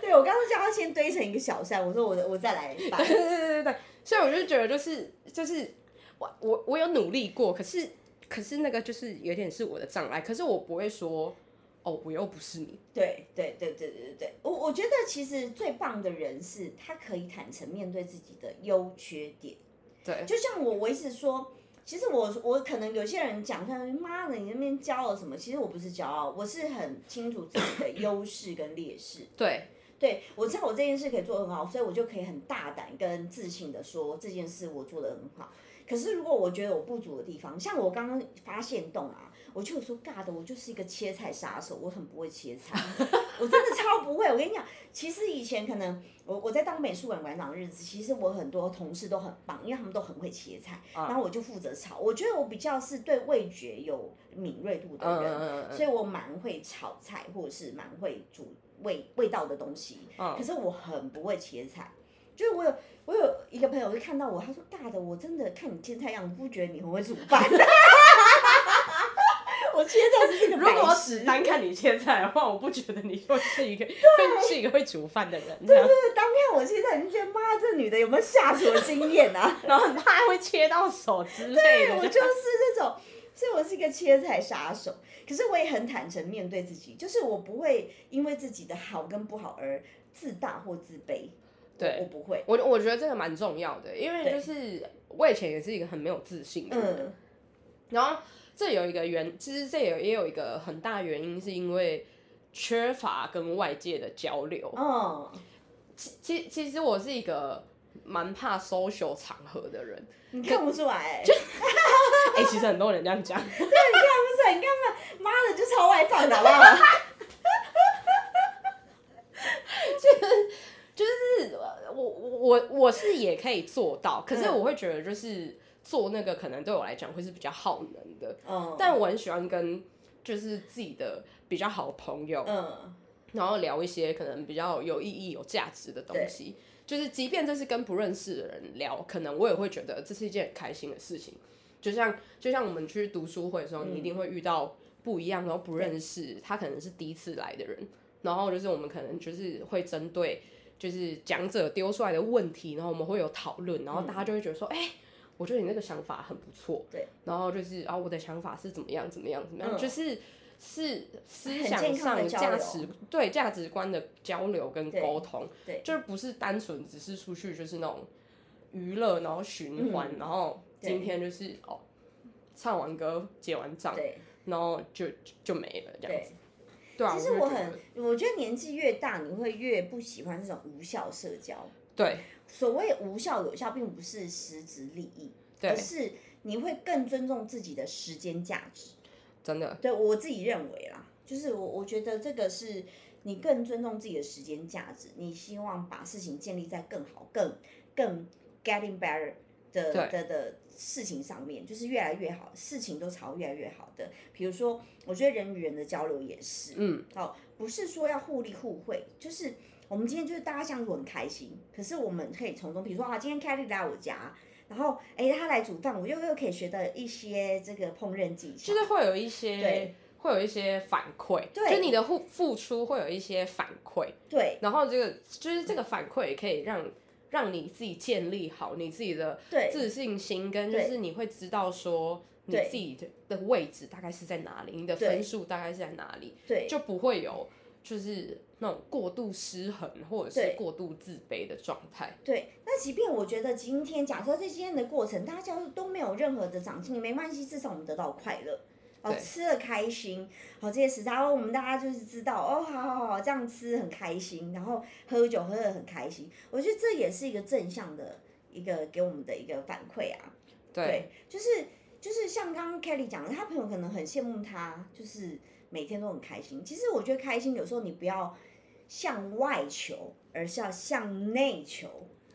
A: 对我刚刚叫他先堆成一个小山，我说我我再来摆，
B: 对对对对对，所以我就觉得就是就是我我我有努力过，可是可是那个就是有点是我的障碍，可是我不会说哦，我又不是你，
A: 对对对对对对对，我我觉得其实最棒的人是他可以坦诚面对自己的优缺点。
B: 对
A: 就像我，我一直说，其实我我可能有些人讲像妈的，你那边教了什么？其实我不是骄傲，我是很清楚自己的优势跟劣势。
B: 对
A: 对我知道我这件事可以做得很好，所以我就可以很大胆跟自信的说这件事我做得很好。可是如果我觉得我不足的地方，像我刚刚发现洞啊，我就有说尬的，我就是一个切菜杀手，我很不会切菜， 我真的超不会。我跟你讲，其实以前可能我我在当美术馆馆长的日子，其实我很多同事都很棒，因为他们都很会切菜，
B: 啊
A: 然后我就负责炒。我觉得我比较是对味觉有敏锐度的人，
B: 嗯嗯嗯嗯
A: 所以我蛮会炒菜，或者是蛮会煮味味道的东西。
B: 嗯
A: 可是我很不会切菜。就是我有我有一个朋友就看到我，他说：“大的，我真的看你切菜样子，不觉得你很会煮饭。” 我切菜是这个
B: 如果我
A: 白痴
B: 只单看你切菜的话，我不觉得你会是一个会是一个会煮饭的人。对
A: 就是当面我切菜，你就觉得妈，这女的有没有下厨的经验啊？
B: 然后他还会切到手之类
A: 对，
B: 的。
A: 我就是这种，所以我是一个切菜杀手。可是我也很坦诚面对自己，就是我不会因为自己的好跟不好而自大或自卑。
B: 对
A: 我不会。
B: 我我觉得这个蛮重要的，因为
A: 对
B: 就是我以前也是一个很没有自信的人，
A: 嗯
B: 然后这有一个原，其实这有也有一个很大原因，是因为缺乏跟外界的交流。
A: 嗯，
B: 其其其实我是一个蛮怕 social 场合的人，
A: 你看不出来、欸，
B: 哎、其实很多人这样讲，
A: 不是你干嘛？妈的，就超外放的好不好？
B: 就是呃我我我是也可以做到，可是
A: 嗯
B: 我会觉得就是做那个可能对我来讲会是比较耗能的，
A: 嗯，
B: 但我很喜欢跟就是自己的比较好的朋友，
A: 嗯
B: 然后聊一些可能比较有意义、有价值的东西。就是即便这是跟不认识的人聊，可能我也会觉得这是一件很开心的事情。就像就像我们去读书会的时
A: 嗯
B: 候，你一定会遇到不一样，然后不认识，他可能是第一次来的人，然后就是我们可能就是会针对就是讲者丢出来的问题，然后我们会有讨论，然后大家就会觉得说，哎、我觉得你那个想法很不错，
A: 嗯对，
B: 然后就是啊，我的想法是怎么样怎么样怎么样，
A: 嗯
B: 就是是思
A: 很
B: 想
A: 健康的
B: 上
A: 交
B: 价
A: 流
B: 值对价值观的交流跟
A: 对
B: 沟通，
A: 对
B: 就是不是单纯只是出去就是那种娱乐，然后循环，然后
A: 嗯对
B: 今天就是哦，唱完歌结完账，
A: 对
B: 然后就就就没了这样
A: 对
B: 子。。对啊，
A: 其实
B: 我
A: 我
B: 就觉
A: 很
B: 得，
A: 我觉得年纪越大，你会越不喜欢这种无效社交。
B: 对
A: 所谓无效有效，并不是实质利益，
B: 对
A: 而是你会更尊重自己的时间价值。
B: 真的
A: 对我自己认为啦，就是我我觉得这个是你更尊重自己的时间价值，你希望把事情建立在更好、更更 getting better 的
B: 对
A: 的的事情上面，就是越来越好，事情都朝越来越好的。比如说，我觉得人与人的交流也是，
B: 嗯，
A: 哦，不是说要互利互惠，就是。我们今天就是大家相处很开心，可是我们可以从中，比如说啊，今天 Kelly 来我家，然后哎，她来煮饭，我又又可以学到一些这个烹饪技巧
B: 就。是会有一些
A: 对
B: 会有一些反馈，
A: 对
B: 就你的付付出会有一些反馈，
A: 对，
B: 然后这个就是这个反馈也可以让让你自己建立好你自己的
A: 对
B: 自信心，跟就
A: 对
B: 是你会知道说你
A: 对
B: 自己的的位置大概是在哪里，你的
A: 对
B: 分数大概是在哪里，
A: 对
B: 就不会有就是那种过度失衡或者是
A: 对
B: 过度自卑的状态。
A: 对，那即便我觉得今天假设在今天的过程，大家都没有任何的长进，没关系，至少我们得到快乐。哦，
B: 对
A: 吃了开心，好、这些食材，哦我们大家就是知道，哦，好好好好，这样吃很开心，然后喝酒喝的很开心，我觉得这也是一个正向的一个给我们的一个反馈啊。
B: 对，
A: 就是就是像刚刚 Kelly 讲的，他朋友可能很羡慕他，就是每天都很开心。其实我觉得开心有时候你不要向外求，而是要向内求。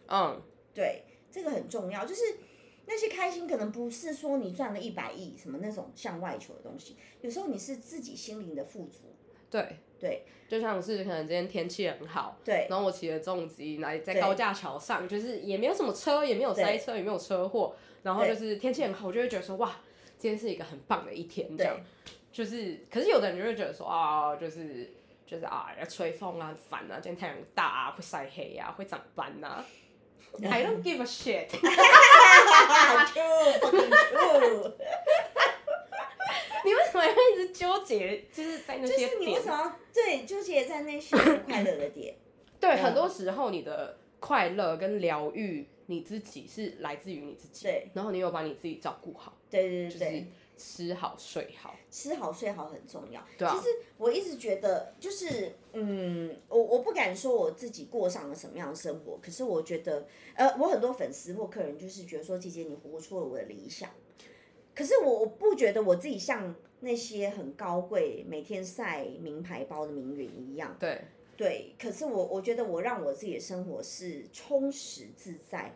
B: 嗯，
A: 对，这个很重要。就是那些开心，可能不是说你赚了一百亿什么那种向外求的东西，有时候你是自己心灵的富 足。
B: 对，
A: 对
B: 就像是可能今天天气很好。
A: 对
B: 然后我骑了重机来在
A: 对
B: 高架桥上，就是也没有什么车，也没有塞车，也没有车祸，然后就是天气很好，我就会觉得说哇，今天是一个很棒的一天这样。就是，可是有的人就会觉得说啊，就是就是啊，要吹风啊，很烦啊，今天太阳大啊，会晒黑啊，会长斑 呐、啊。I don't give a shit，
A: 啊，true fucking true，
B: 你为什么要一直纠结？就是在 那
A: 就
B: 些点，
A: 是你为什么要对纠结在那些不快乐的点？
B: 对，
A: 嗯
B: 很多时候你的快乐跟疗愈你自己是来自于你自己，
A: 对，
B: 然后你有把你自己照顾好，
A: 对对
B: 就
A: 对
B: 是
A: 对，
B: 吃好睡好。
A: 吃好睡好很重要。
B: 对啊
A: 其实我一直觉得，就是嗯，我我不敢说我自己过上了什么样的生活，可是我觉得，呃，我很多粉丝或客人就是觉得说，姐姐你活出了我的理想。可是我我不觉得我自己像那些很高贵、每天晒名牌包的名媛一样。
B: 对，
A: 对，可是我我觉得我让我自己的生活是充实自在，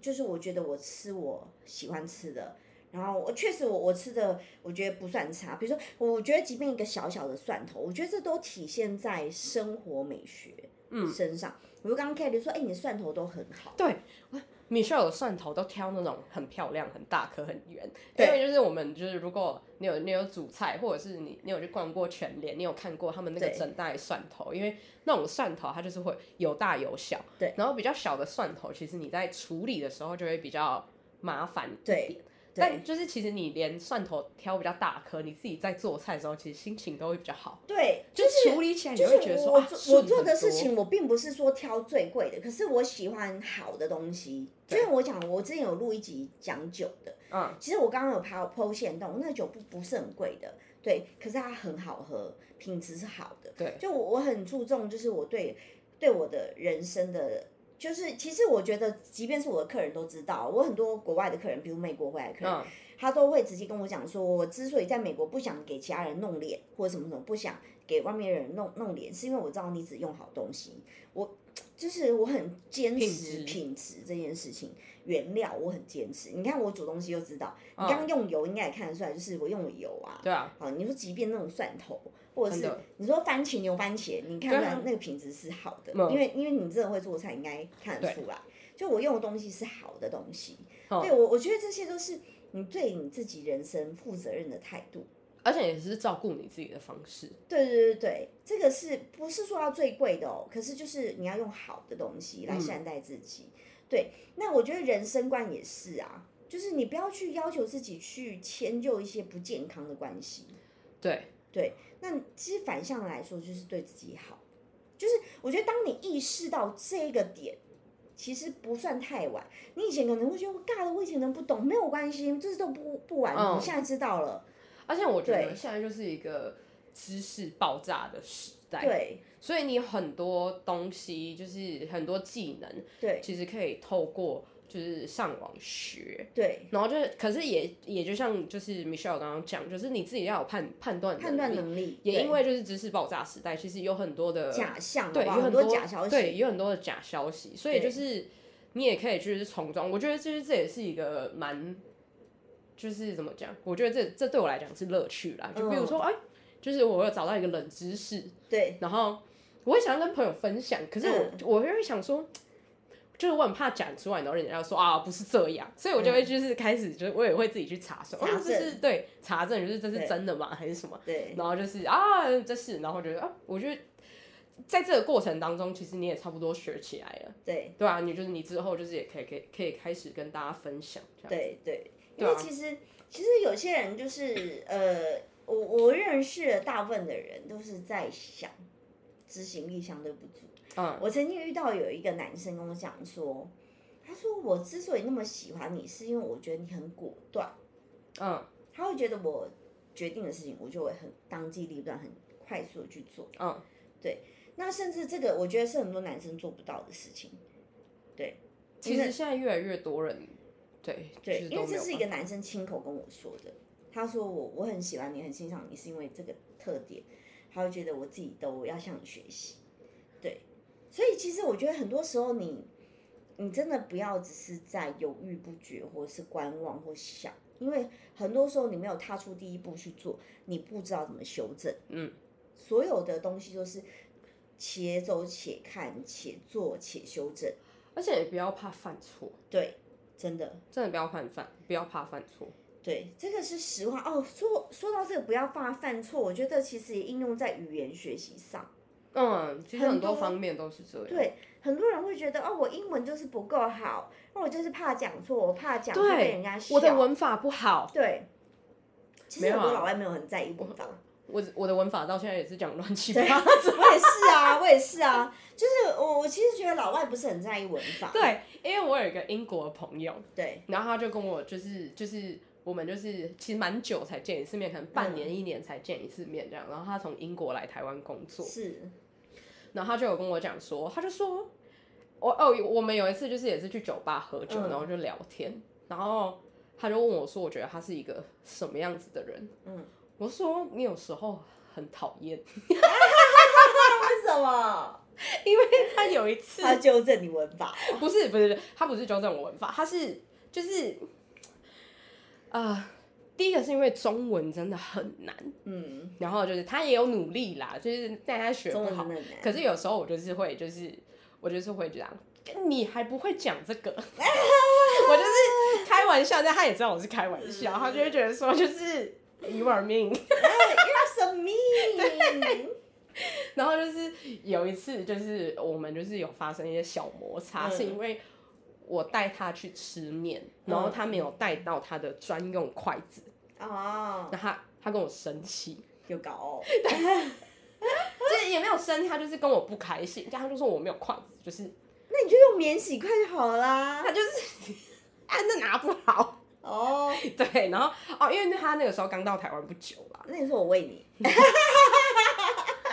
A: 就是我觉得我吃我喜欢吃的，然后我确实我我吃的我觉得不算差，比如说我觉得即便一个小小的蒜头，我觉得这都体现在生活美学
B: 嗯
A: 身上。我就刚刚 k a t 说，哎、你的蒜头都很好，
B: 对，米秀的蒜头都挑那种很漂亮、很大颗、很圆。
A: 对
B: 因为就是我们就是，如果你有你有煮菜，或者是你你有去逛过全联，你有看过他们那个
A: 对
B: 整袋蒜头，因为那种蒜头它就是会有大有小。
A: 对。
B: 然后比较小的蒜头，其实你在处理的时候就会比较麻烦一
A: 对
B: 点。
A: 对
B: 但就是其实你连蒜头挑比较大颗，你自己在做菜的时候，其实心情都会比较好。
A: 对，
B: 就
A: 就是
B: 处理起来你
A: 就
B: 会觉得
A: 是
B: 说
A: 我
B: 啊
A: 做我
B: 顺
A: 做
B: 很
A: 的事
B: 多
A: 情，我并不是说挑最贵的，可是我喜欢好的东西。就
B: 对
A: 像我讲，我之前有录一集讲酒的，
B: 嗯，
A: 其实我刚刚有抛剖线洞，那个酒不不是很贵的，对，可是它很好喝，品质是好的。
B: 对，
A: 就我我很注重，就是我对对我的人生的。就是，其实我觉得，即便是我的客人都知道，我很多国外的客人，比如美国回来的客人，
B: 嗯
A: 他都会直接跟我讲说，我之所以在美国不想给其他人弄脸，或者什么什么不想给外面人弄弄脸，是因为我知道你只用好东西。我就是我很坚持
B: 品质
A: 品质这件事情，原料我很坚持。你看我煮东西就知道，你
B: 嗯
A: 刚用油应该也看得出来，就是我用的油啊。
B: 对啊，
A: 好，你说即便那种蒜头，或者
B: 真
A: 是
B: 的
A: 你说番茄牛番茄，你看出
B: 对
A: 来
B: 啊
A: 那个品质是好的，
B: 嗯
A: 因为因为你真的会做菜，应该看得
B: 对
A: 出来。就我用的东西是好的东西，
B: 嗯
A: 对我我觉得这些都是你对你自己人生负责任的态度。
B: 而且也是照顾你自己的方式。
A: 对对对对，这个是不是说要最贵的哦？可是就是你要用好的东西
B: 嗯
A: 来善待自己。对，那我觉得人生观也是啊，就是你不要去要求自己去迁就一些不健康的关系。
B: 对，
A: 对，那其实反向来说就是对自己好，就是我觉得当你意识到这个点，其实不算太晚。你以前可能会觉得我尬了，我以前都不懂，没有关系，这都不不晚，
B: 嗯
A: 你现在知道了，
B: 而且我觉得
A: 对
B: 现在就是一个知识爆炸的时代，
A: 对
B: 所以你很多东西就是很多技能，
A: 对
B: 其实可以透过就是上网学。
A: 对，
B: 然后就是，可是也也就像就是 Michelle 刚刚讲，就是你自己要有判判断
A: 判断
B: 力，
A: 能力
B: 也
A: 对
B: 因为就是知识爆炸时代，其实有很多的
A: 假象，
B: 对，
A: 好
B: 有
A: 不好很
B: 很
A: 多假消息，
B: 对，有很多的假消息，所以就是你也可以就是从中，我觉得就是这也是一个蛮，就是怎么讲，我觉得这这对我来讲是乐趣啦。就比如
A: 嗯
B: 说，哎、就是我有找到一个冷知识，
A: 对
B: 然后我会想要跟朋友分享，可是我、
A: 嗯
B: 我就会想说。就是我很怕讲出来，然后人家就说啊不是这样，所以我就会就是开始就是我也会自己去查说，
A: 嗯查
B: 啊这是对查证，就是这是真的吗还是什么？
A: 对
B: 然后就是啊，这是，然后觉得啊，我觉得在这个过程当中，其实你也差不多学起来了，
A: 对
B: 对啊，你就是你之后就是也可以可以可以开始跟大家分享这样，
A: 对对，因
B: 对
A: 为
B: 啊
A: 其实其实有些人就是呃，我我认识的大部分的人都是在想执行力相对不足。
B: 嗯，
A: 我曾经遇到有一个男生跟我讲说，他说我之所以那么喜欢你，是因为我觉得你很果断，
B: 嗯
A: 他会觉得我决定的事情，我就会很当机立断，很快速的去做。
B: 嗯，
A: 那甚至这个，我觉得是很多男生做不到的事情。
B: 其实现在越来越多人，对
A: 对，
B: 就是
A: 因为
B: 都没
A: 这
B: 有
A: 是一
B: 办
A: 个男生亲口跟我说的，他说我我很喜欢你，很欣赏你，是因为这个特点，他会觉得我自己都要向你学习。对，所以其实我觉得很多时候你，你真的不要只是在犹豫不决，或是观望或想，因为很多时候你没有踏出第一步去做，你不知道怎么修正。
B: 嗯，
A: 所有的东西都是且走且看，且做且修正。
B: 而且也不要怕犯错，
A: 对，真的。
B: 真的不要犯犯，不要怕犯错，
A: 对，这个是实话哦。说说到这个，不要怕犯错，我觉得其实也应用在语言学习上。
B: 嗯，其实
A: 很
B: 很多
A: 多
B: 方面都是这样，
A: 对，很多人会觉得哦，我英文就是不够好，那我就是怕讲错，我怕讲错被人家笑。
B: 我的文法不好，
A: 对，其
B: 没
A: 实
B: 有
A: 很多
B: 啊
A: 老外没有很在意文 法。
B: 我我的文法到现在也是讲乱七
A: 对，
B: 八
A: 我也是啊，我也是啊，就是我我其实觉得老外不是很在意文法。
B: 对，因为我有一个英国的朋友，
A: 对
B: 然后他就跟我就是就是我们就是其实蛮久才见一次面，可能半年一年才见一次面这样。然后他从英国来台湾工作，
A: 是
B: 然后他就有跟我讲说，他就说，我哦，我们有一次就是也是去酒吧喝酒，
A: 嗯
B: 然后就聊天，然后他就问我说，我觉得他是一个什么样子的人？
A: 嗯，
B: 我说你有时候很讨厌，
A: 为什么？
B: 因为他有一次
A: 他纠正你文法，
B: 不是不是，不是，他不是纠正我文法，他是就是，呃，第一个是因为中文真的很难，
A: 嗯，
B: 然后就是他也有努力啦，就是但他学
A: 中
B: 不
A: 文
B: 好
A: 真。的很难。
B: 可是有时候我就是会，就是我就是会这样，你还不会讲这个， 我就是开玩笑，但他也知道我是开玩笑，他就会觉得说就是。you are mean，
A: 什么？
B: 然后就是有一次，就是我们就是有发生一些小摩擦，
A: 嗯
B: 是因为我带他去吃面，然后他没有带到他的专用筷子，
A: 哦，
B: 那他他跟我生气，
A: 有搞哦，
B: 就是也没有生气，他就是跟我不开心，但他就说我没有筷子，就是
A: 那你就用免洗筷就好啦
B: 他。就是 啊，那拿不好，
A: 哦，
B: 对，然后哦，因为他那个时候刚到台湾不久吧，
A: 那你说我喂你，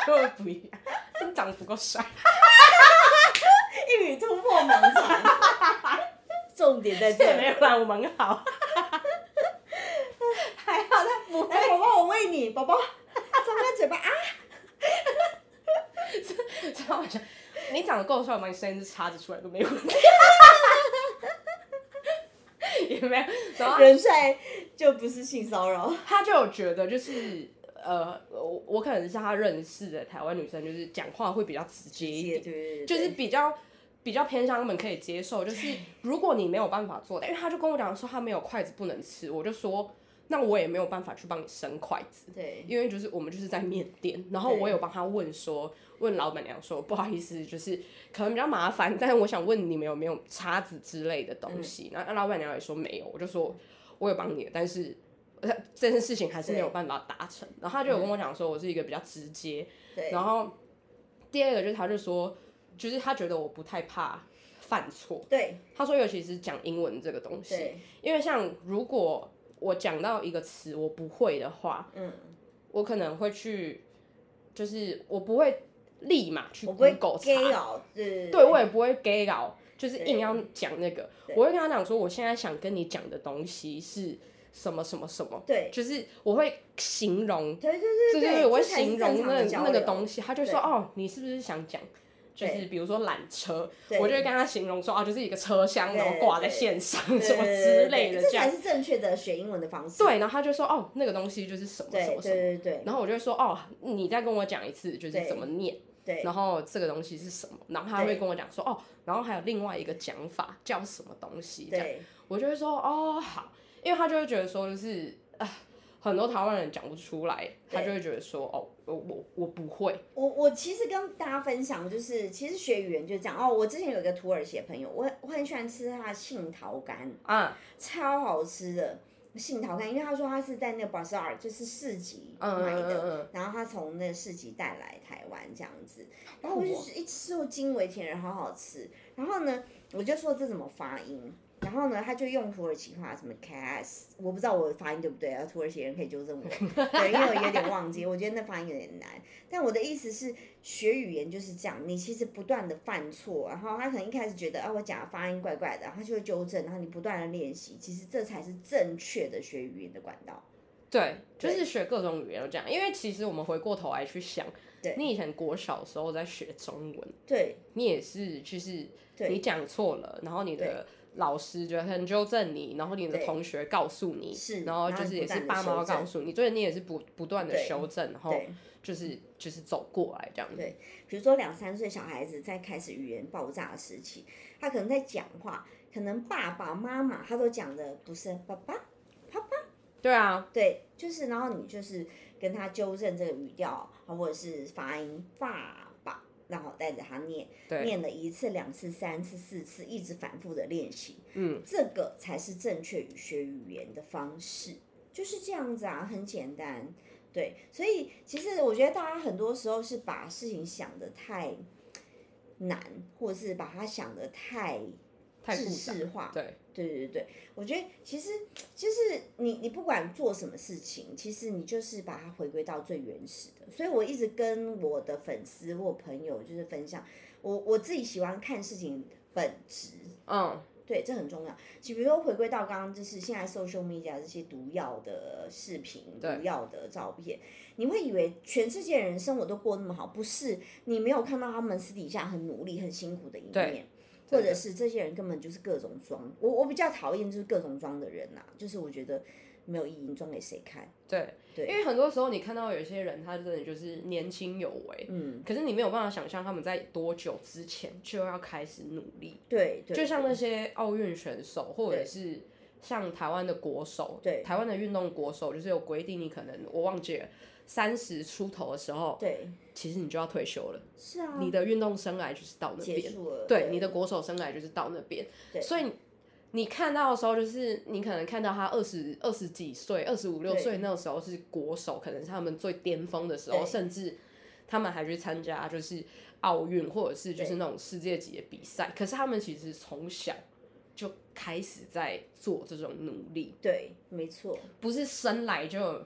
B: 所以我不一样，你长得不够帅，
A: 一语突破盲肠。 重点在这
B: 也
A: 里
B: 没。有啦，我蛮好， 还好他不会
A: 来，哎宝宝，我喂你，宝 宝，张开嘴巴啊！
B: 超好笑。你长得够帅，我把你伸一只叉子出来都没问题。也没有，然后
A: 人帅就不是性骚扰。
B: 他就有觉得就是呃，我我可能是他认识的台湾女生，就是讲话会比较直接一
A: 对对
B: 点，
A: 对，对
B: 就是比较比较偏向他们可以接受。就是如果你没有办法做到，因为他就跟我讲说他没有筷子不能吃，我就说那我也没有办法去帮你伸筷子。
A: 对，
B: 因为就是我们就是在面店，然后
A: 对
B: 我有帮他问说，问老板娘说，不好意思，就是可能比较麻烦，但是我想问你们有没有叉子之类的东
A: 嗯
B: 西。那、那老板娘也说没有，我就说我有帮你，但是呃这件事情还是没有办法达成。然后他就有跟我讲说，我是一个比较直接。
A: 嗯对
B: 然后第二个就是他就说，就是他觉得我不太怕犯错。
A: 对
B: 他说，尤其是讲英文这个东西，
A: 对，
B: 因为像如果我讲到一个词我不会的话，
A: 嗯，
B: 我可能会去，就是我不会立马去
A: 我不会
B: Google 查，
A: gay 哦，对
B: 对我也不会 gay 搞，就是
A: 对
B: 硬要讲那个，我会跟他讲说，我现在想跟你讲的东西是什么什么什么，
A: 对
B: 就是我会形容，
A: 对对对
B: 对
A: 对，
B: 我会
A: 这才是
B: 形
A: 正
B: 容
A: 常
B: 那
A: 的交
B: 那个
A: 流
B: 东西，他就说
A: 对
B: 哦，你是不是想讲？就
A: 对
B: 是比如说缆车，
A: 对
B: 我就会跟他形容说啊，就是一个车厢，然后
A: 对
B: 挂在
A: 对
B: 线上
A: 对
B: 什么
A: 对
B: 之
A: 对
B: 类的
A: 这
B: 这
A: 才
B: 样。
A: 是正确的学英文的方式。
B: 对，然后他就说哦，那个东西就是什么什
A: 对
B: 么什
A: 对
B: 么，
A: 对对
B: 然后我就会说哦，你再跟我讲一次，就是
A: 对
B: 怎么念，
A: 对，
B: 然后这个东西是什么，然后他会
A: 对
B: 跟我讲说哦，然后还有另外一个讲法叫什么东西，这样
A: 对
B: 我就会说哦好，因为他就会觉得说就是啊，很多台湾人讲不出来，他就会觉得说哦我我我不会，
A: 我我其实跟大家分享，就是其实学语言就是这样哦。我之前有一个土耳其的朋友，我我很喜欢吃他的杏桃干，
B: 啊
A: 超好吃的杏桃干，因为他说他是在那个 bazaar 就是市集
B: 嗯
A: 买的，
B: 嗯嗯嗯
A: 然后他从那个市集带来台湾这样子，然后我
B: 哦
A: 就一吃就惊为天人，好好吃。然后呢，我就说这怎么发音，然后呢，他就用土耳其话什么 cas，我不知道我的发音对不对啊，土耳其人可以纠正我，对，因为我有点忘记，我觉得那发音有点难。但我的意思是，学语言就是这样，你其实不断的犯错，然后他可能一开始觉得啊，我讲的发音怪怪的，然后他就会纠正，然后你不断的练习，其实这才是正确的学语言的管道。
B: 对，就是学各种语言都这样，因为其实我们回过头来去想，
A: 对
B: 你以前国小的时候在学中文，
A: 对
B: 你也是就是
A: 对
B: 你讲错了，然后你的老师就很纠正你，然后你的
A: 对
B: 同学告诉你，
A: 是
B: 然后
A: 然后
B: 就是
A: 你
B: 也
A: 不
B: 是
A: 断地
B: 爸妈
A: 修正
B: 告诉你，所以你也是不不断的
A: 对
B: 修正，然后
A: 对。
B: 就是就是走过来这样子。
A: 对比如说两三岁小孩子在开始语言爆炸的时期，他可能在讲话，可能爸爸妈妈他都讲的不是爸爸，
B: 对啊，
A: 对，就是然后你就是跟他纠正这个语调啊或者是发音爸爸，然后带着他念，
B: 对
A: 念了一次、两次、三次、四次，一直反复的练习，嗯，这个才是正确语学语言的方式，就是这样子啊，很简单。对，所以其实我觉得大家很多时候是把事情想的太难，或者是把它想的太
B: 太复
A: 制
B: 杂，
A: 式化。
B: 对，
A: 对对对，我觉得其实就是你你不管做什么事情，其实你就是把它回归到最原始的。所以我一直跟我的粉丝或朋友就是分享，我我自己喜欢看事情本质，
B: 嗯，
A: 对，这很重要。就比如说回归到刚刚，就是现在 social media 这些毒药的视频、
B: 对
A: 毒药的照片，你会以为全世界人生活都过那么好，不是？你没有看到他们私底下很努力、很辛苦的一面，或者是这些人根本就是各种装。我我比较讨厌就是各种装的人呐、就是我觉得没有意义，你装给谁看？
B: 对，
A: 对
B: 因为很多时候你看到有些人，他真的就是年轻有为，
A: 嗯，
B: 可是你没有办法想象他们在多久之前就要开始努力，
A: 对对，
B: 就像
A: 对
B: 那些奥运选手，或者是像台湾的国手，
A: 对
B: 台湾的运动国手，就是有规定，你可能我忘记了三十出头的时候，
A: 对，
B: 其实你就要退休了，
A: 是啊，
B: 你的运动生涯就是到那
A: 结
B: 边，
A: 束了，
B: 对，你的国手生涯就是到那边，所以。你看到的时候，就是你可能看到他二十二十几岁、二十五六
A: 对
B: 岁那时候是国手，可能是他们最巅峰的时候，
A: 对
B: 甚至他们还去参加就是奥运或者是就是
A: 对
B: 那种世界级的比赛。可是他们其实从小就开始在做这种努力，
A: 对，没错，
B: 不是生来就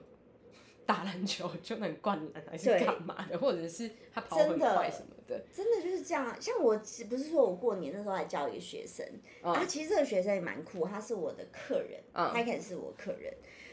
B: 打篮球就能灌篮还是
A: 对
B: 干嘛的，或者是他跑
A: 真
B: 很
A: 的
B: 快什么的。
A: 真的就是这样啊。像我只不是说我过年那时候还教一个学生，
B: 嗯
A: 啊，其实这个学生也蛮酷，他是我的客人，
B: 嗯
A: 他一开始是我客人，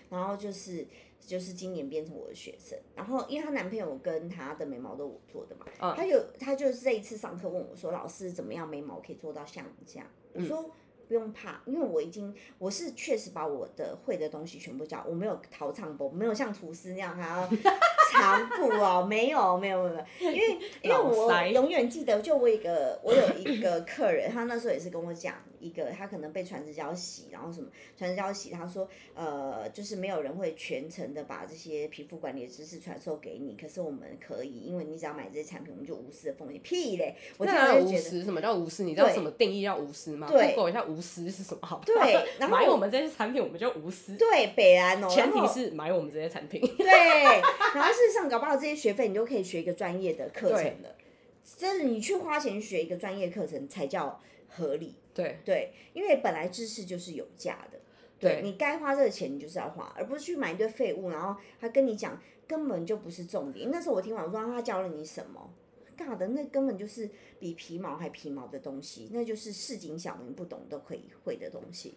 A: 然后就是就是今年变成我的学生，然后因为她男朋友跟她的眉毛都我做的嘛，
B: 嗯
A: 她有她就是这一次上课问我说，老师怎么样眉毛可以做到像你这样？我
B: 嗯
A: 说。不用怕，因为我已经我是确实把我的会的东西全部教，我没有逃唱播，没有像厨师那样还要 长布哦，没有没有没有，没有因为因为
B: 老
A: 我
B: 塞
A: 永远记得，就我有一个我有一个客人，他那时候也是跟我讲一个，他可能被传直销洗，然后什么呃传直销洗，他说呃，就是没有人会全程的把这些皮肤管理的知识传授给你，可是我们可以，因为你只要买这些产品，我们就无私的 奉献。屁嘞，我听
B: 那
A: 到
B: 叫
A: 就
B: 无
A: 觉得。
B: 私？什么叫无私？你知道
A: 对
B: 什么定义叫无私吗
A: 对
B: ？Google 一下无私是什么，好不好？
A: 对 然后
B: 买我们这些产品，我们就无私。
A: 对北兰哦，
B: 前
A: 然
B: 提
A: 后
B: 是买我们这些产品。
A: 对，然后事实上搞不好这些学费你都可以学一个专业的课
B: 对
A: 程的，真的你去花钱学一个专业课程才叫合理。
B: 对
A: 对，因为本来知识就是有价的，对
B: 对
A: 你该花这个钱你就是要花，而不是去买一堆废物，然后他跟你讲根本就不是重点。那时候我听完我说啊他教了你什么？尬的，那根本就是比皮毛还皮毛的东西，那就是市井小民不懂都可以会的东西。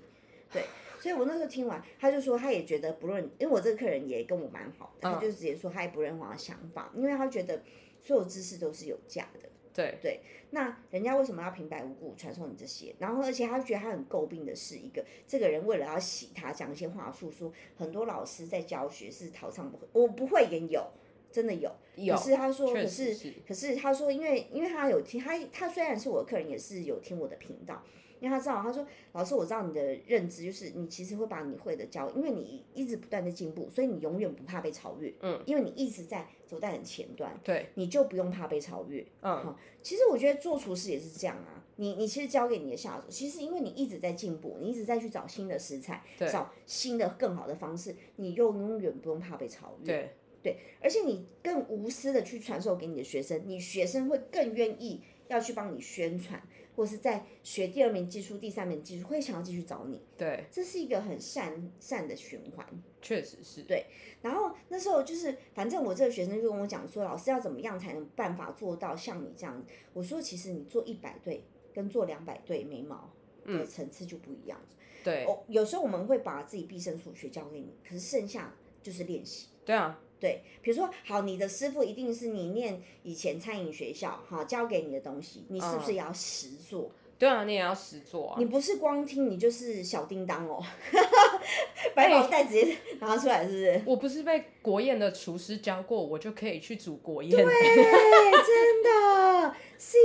A: 对，所以我那时候听完，他就说他也觉得不论，因为我这个客人也跟我蛮好
B: 嗯
A: 的，他就直接说他也不认同我的想法，因为他觉得所有知识都是有价的。
B: 对
A: 对，那人家为什么要平白无故传授你这些？然后，而且他觉得他很诟病的是，一个这个人为了要洗他，讲一些话术，说很多老师在教学是逃唱不会，我不会也有，真的有。
B: 有
A: 可是他说，
B: 确
A: 可
B: 实
A: 是
B: 是
A: 可是他说，因为因为他有听他他虽然是我的客人，也是有听我的频道。因为他知道，他说：“老师，我知道你的认知就是你其实会把你会的教，因为你一直不断的进步，所以你永远不怕被超越。嗯，因为你一直在走在很前端，
B: 对，
A: 你就不用怕被超越。
B: 嗯，
A: 其实我觉得做厨师也是这样啊，你你其实交给你的下属，其实因为你一直在进步，你一直在去找新的食材，
B: 对
A: 找新的更好的方式，你又永远不用怕被超越。
B: 对
A: 而且你更无私的去传授给你的学生，你学生会更愿意要去帮你宣传，或是在学第二名技术、第三名技术，会想要继续找你。
B: 对，
A: 这是一个很善善的循环。
B: 确实是。
A: 对然后那时候就是，反正我这个学生就跟我讲说，老师要怎么样才能办法做到像你这样？我说，其实你做一百对跟做两百对眉毛的层次就不一样。
B: 对
A: 哦，有时候我们会把自己毕生所学教给你，可是剩下就是练习。
B: 对啊，
A: 对，比如说，好，你的师傅一定是你念以前餐饮学校好教给你的东西，你是不是也要实做？
B: 对啊，你也要实做啊
A: 你。不是光听，你就是小叮当哦，百宝袋直接拿出来，是不是？
B: 我不是被国宴的厨师教过，我就可以去煮国宴。对，
A: 对，真的，C，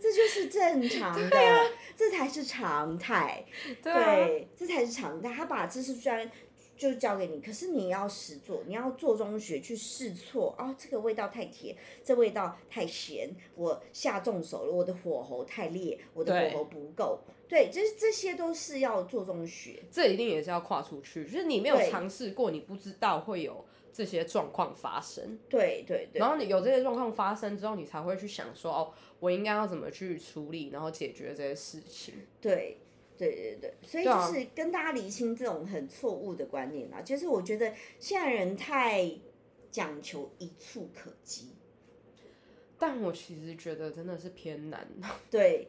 A: 这就是正常的，这才是常态。
B: 啊，
A: 这才是常态。他把知识虽然就教给你，可是你要实做，你要做中学去试错。哦，这个味道太甜，这味道太咸，我下重手了，我的火候太烈，我的
B: 对
A: 火候不够。对，这这些都是要做中学。
B: 这一定也是要跨出去，就是你没有
A: 对
B: 尝试过，你不知道会有这些状况发生。
A: 对对对
B: 然后你有这些状况发生之后，你才会去想说，哦，我应该要怎么去处理，然后解决这些事情。
A: 对。对对对，所以
B: 对
A: 就
B: 啊
A: 是跟大家厘清这种很错误的观念啦。啊就是我觉得现在人太讲求一触可及，
B: 但我其实觉得真的是偏难。
A: 对，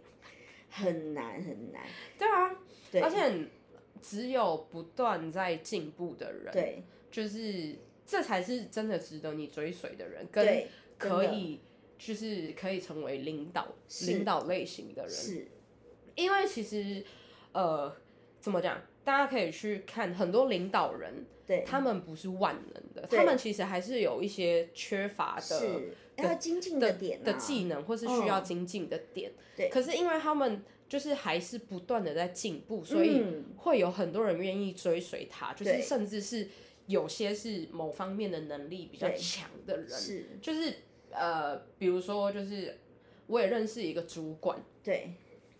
A: 很难很难。
B: 对啊，
A: 对
B: 而且只有不断在进步的人，
A: 对
B: 就是这才是真的值得你追随的人，跟
A: 对，真
B: 可
A: 的
B: 以就是可以成为领导
A: 是
B: 领导类型的人，
A: 是
B: 因为其实呃怎么讲，大家可以去看很多领导人，
A: 对
B: 他们不是万能的，
A: 对
B: 他们其实还是有一些缺乏的
A: 是要精进的点
B: 的
A: 啊
B: 技能，或是需要精进的点。
A: 对
B: 可是因为他们就是还是不断的在进步，所以
A: 嗯
B: 会有很多人愿意追随他，就
A: 对
B: 是甚至是有些是某方面的能力比较
A: 对
B: 强的人，
A: 是
B: 就是呃，比如说就是我也认识一个主管，
A: 对，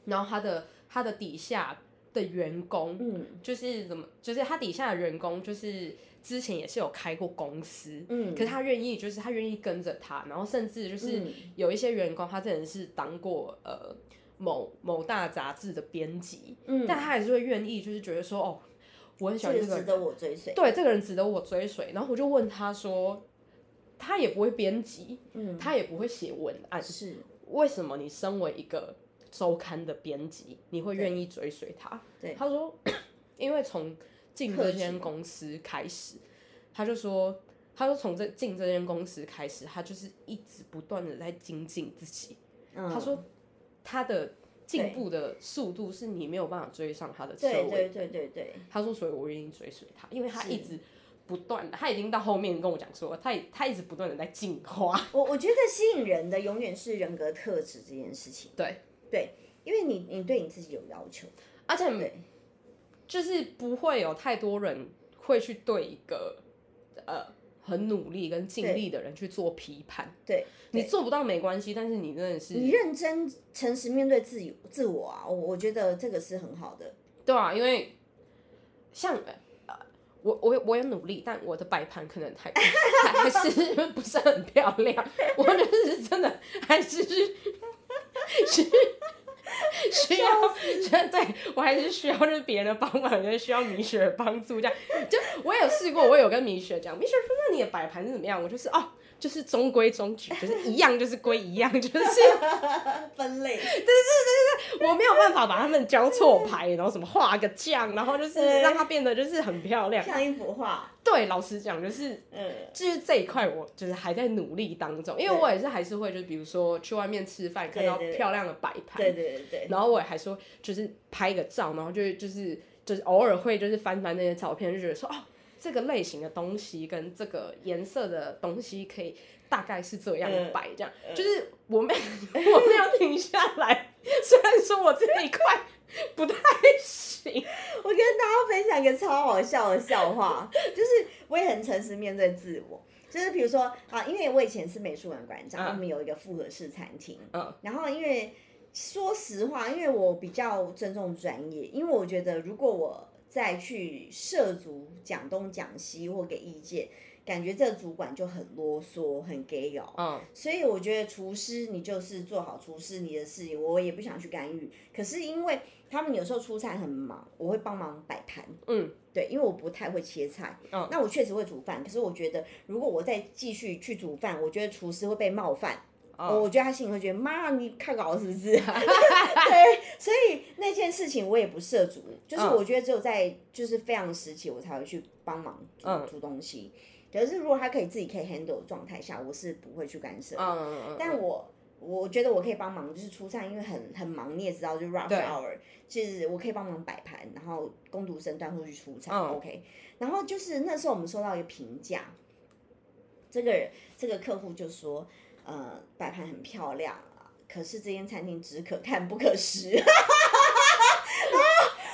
B: 然后他的他的底下的员工。
A: 嗯
B: 就是怎么，就是他底下的员工，就是之前也是有开过公司，
A: 嗯，
B: 可是他愿意，就是他愿意跟着他，然后甚至就是
A: 嗯
B: 有一些员工，他真的是当过呃某某大杂志的编辑，
A: 嗯，
B: 但他还是会愿意，就是觉得说哦，我很喜
A: 这
B: 欢
A: 个值
B: 这个人，
A: 得我追随。
B: 对这个人值得我追随。然后我就问他说，他也不会编辑，
A: 嗯，
B: 他也不会写文案，
A: 是
B: 为什么你身为一个周刊的编辑，你会
A: 对
B: 愿意追随他？
A: 对
B: 他说， 因为从进
A: 客
B: 这
A: 气
B: 间公司开始，他就说，他说从这进这间公司开始，他就是一直不断的在精进自己。
A: 嗯
B: 他说，他的进步的速度是你没有办法追上他的车
A: 对
B: 尾。
A: 对对对对，
B: 他说，所以我愿意追随他，因为他
A: 是
B: 一直不断的，他已经到后面跟我讲说，他也他一直不断的在进化。
A: 我我觉得吸引人的永远是人格特质这件事情。
B: 对
A: 对，因为你你对你自己有要求，
B: 而且
A: 对
B: 就是不会有太多人会去对一个呃很努力跟尽力的人去做批判。
A: 对，
B: 你做不到没关系，但是你真的
A: 你
B: 是
A: 认真诚实面对自己自我啊，我我觉得这个是很好的。
B: 对啊，因为像呃我我我有努力，但我的摆盘可能还 还是不是很漂亮，我就是真的还是是需要，对我还是需要就是别人的帮忙，就是需要米雪的帮助这样。就我有试过，我有跟米雪讲，米雪说那你的摆盘是怎么样？我就是哦，就是中规中矩，就是一样就是归一样，就是
A: 呃分类，
B: 我没有办法把它们交错排，然后什么画个酱，然后就是
A: 对
B: 让它变得就是很漂亮。
A: 像一幅画，
B: 对，老实讲就是。
A: 嗯，
B: 就是这一块，我就是还在努力当中，因为
A: 对
B: 我也是还是会，就比如说去外面吃饭，看到
A: 对对
B: 漂亮的摆盘，
A: 对对对对，
B: 然后我也还说，就是拍个照，然后就就是就是偶尔会就是翻翻那些照片，就觉得说哦，这个类型的东西跟这个颜色的东西可以大概是这样
A: 嗯
B: 摆，这样、
A: 嗯
B: 就是我没我没有停下来，虽然说我这一块不太行，
A: 我跟大家分享一个超好笑的笑话，就是我也很诚实面对自我。就是比如说啊，因为我以前是美术馆馆长，
B: 嗯
A: 我们有一个复合式餐厅。
B: 嗯
A: 然后因为说实话，因为我比较尊重专业，因为我觉得如果我再去涉足讲东讲西或给意见，感觉这主管就很啰嗦，很哦给咬。
B: 嗯，
A: 所以我觉得厨师你就是做好厨师你的事情，我也不想去干预。可是因为他们有时候出菜很忙，我会帮忙摆盘。
B: 嗯，
A: 对，因为我不太会切菜。
B: 嗯
A: 那我确实会煮饭，可是我觉得如果我再继续去煮饭，我觉得厨师会被冒犯。
B: 哦
A: 我觉得他心里会觉得妈，你看稿是不是？对，所以那件事情我也不涉足，就是
B: 嗯
A: 我觉得只有在就是非常时期我才会去帮忙煮、
B: 嗯
A: 煮东西。可是如果他可以自己可以 handle 的状态下，我是不会去干涉的。
B: 嗯嗯嗯，
A: 但我我觉得我可以帮忙，就是出餐，因为很很忙，你也知道，就 rush
B: 对
A: hour，就是我可以帮忙摆盘，然后攻读生端或去出餐、
B: 嗯
A: o k 然后就是那时候我们收到一个评价，这个人这个客户就说，呃，摆盘很漂亮啊，可是这间餐厅只可看不可食。 啊！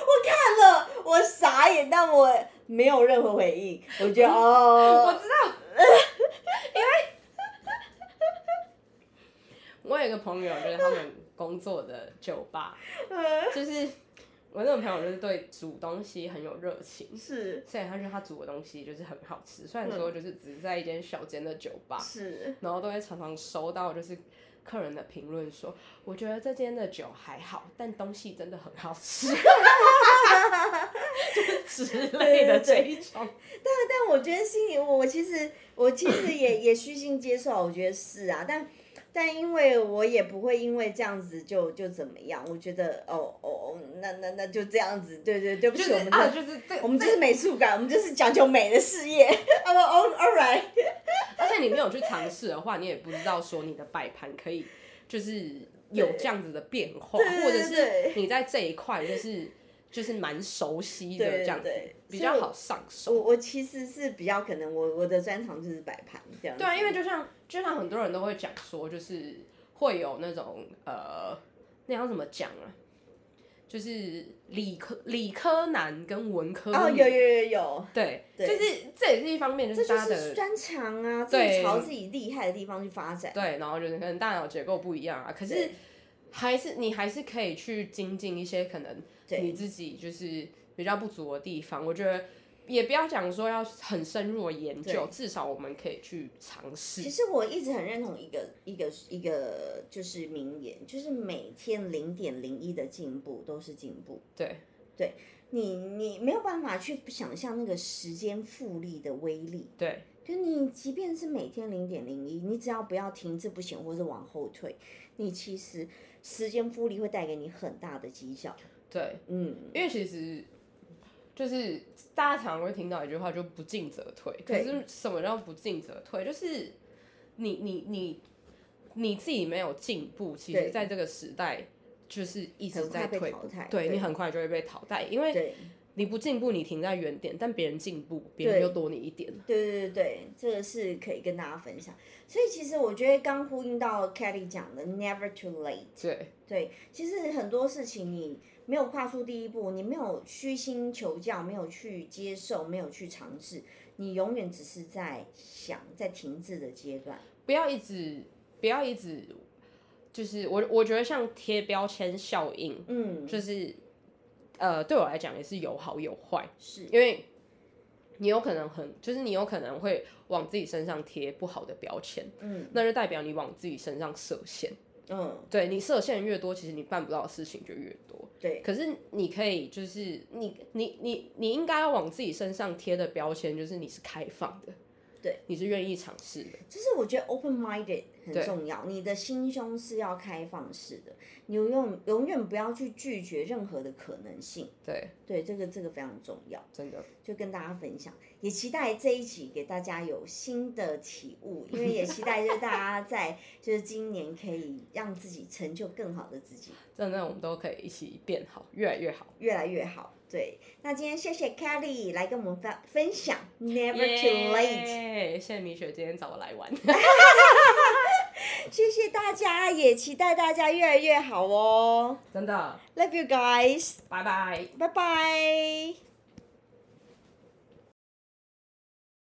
A: 我看了，我傻眼，但我没有任何回应。我觉得哦，
B: 我知道，因为我有一个朋友，就是他们工作的酒吧，
A: 嗯
B: 就是我那个朋友就是对煮东西很有热情，
A: 是
B: 所以他觉得他煮的东西就是很好吃。虽然说就是只是在一间小间的酒吧，
A: 是，
B: 然后都会常常收到就是客人的评论说，我觉得这间的酒还好，但东西真的很好吃，就是之类的这一种。
A: 但我觉得心里，我我其实我其实也也虚心接受啊，我觉得是啊，但但因为我也不会因为这样子就就怎么样，我觉得哦哦哦，那那那就这样子，对对对不
B: 就
A: 起，
B: 是
A: 我们
B: 啊，
A: 这
B: 就是这，
A: 我们就是美术感，我们就是讲究美的事业。哦 哦，all right，
B: 而且你没有去尝试的话，你也不知道说你的摆盘可以就是有这样子的变化，
A: 对对对
B: 或者是
A: 对
B: 你在这一块就是就是蛮熟悉的
A: 对对
B: 这样子
A: 对，
B: 比
A: 所以
B: 较
A: 我
B: 好上
A: 我
B: 手。
A: 我其实是比较可能我我的专长就是摆盘这样子。
B: 对啊，因为就像就像很多人都会讲说，就是会有那种呃，那要怎么讲啊？就是理科理科男跟文科
A: 哦，
B: 女
A: 有有有有，
B: 对，
A: 对
B: 就是这也是一方面，就
A: 这
B: 是
A: 就
B: 大家
A: 是
B: 的
A: 专长啊，自
B: 对
A: 己朝自己厉害的地方去发展。
B: 对，然后就是可能大脑结构不一样啊，可是
A: 对
B: 还是你还是可以去精进一些可能
A: 对
B: 你自己就是比较不足的地方。我觉得也不要讲说要很深入的研究，至少我们可以去尝
A: 其
B: 试。
A: 实我一直很认同一个一个一个就是名言，就是每天零点零一的进步都是进步。
B: 对，
A: 你你没有办法去想象那个时间复利的威力。
B: 对，
A: 就你即便是每天零点零一，你只要不要停滞不前或是往后退，你其实时间复利会带给你很大的绩效。
B: 对，
A: 嗯，
B: 因为其实就是大家常常会听到一句话，就不进则退。可
A: 对
B: 是什么叫不进则退？就是你你你你自己没有进步，其实
A: 对
B: 在这个时代就是一直
A: 很快
B: 在
A: 被
B: 退
A: 淘
B: 步
A: 汰
B: 对
A: 对
B: 你很快就会被淘汰，因为
A: 对
B: 你不进步，你停在原点，但别人进步，别人
A: 对
B: 又多你一点。
A: 对对对对，这个是可以跟大家分享。所以其实我觉得刚呼应到 Kelly 讲的 “never too late”。
B: 对
A: 对，其实很多事情你没有跨出第一步，你没有虚心求教，没有去接受，没有去尝试，你永远只是在想，在停滞的阶段。
B: 不要一直不要一直，就是我我觉得像贴标签效应，
A: 嗯，
B: 就是呃对我来讲也是有好有坏。
A: 是，
B: 因为你有可能很，就是你有可能会往自己身上贴不好的标签，
A: 嗯
B: 那就代表你往自己身上设限。
A: 嗯，
B: 对你设限越多，其实你办不到的事情就越多。
A: 对，
B: 可是你可以，就是你你你你应该要往自己身上贴的标签，就是你是开放的，
A: 对，
B: 你是愿意尝试的，
A: 就是我觉得 open minded 很
B: 对
A: 重要，你的心胸是要开放式的，你永永远不要去拒绝任何的可能性。
B: 对，
A: 对，这个这个非常重要。
B: 真的，
A: 就跟大家分享，也期待这一集给大家有新的体悟，因为也期待就是大家在就是今年可以让自己成就更好的自己，
B: 真的，我们都可以一起变好，越来越好。
A: 越来越好。对，那今天谢谢 Kelly 来跟我们分分享 Never Too Late，
B: 耶谢谢米雪今天找我来玩，
A: 谢谢大家，也期待大家越来越好哦。
B: 真的，
A: Love you guys，
B: 拜拜。
A: 拜拜。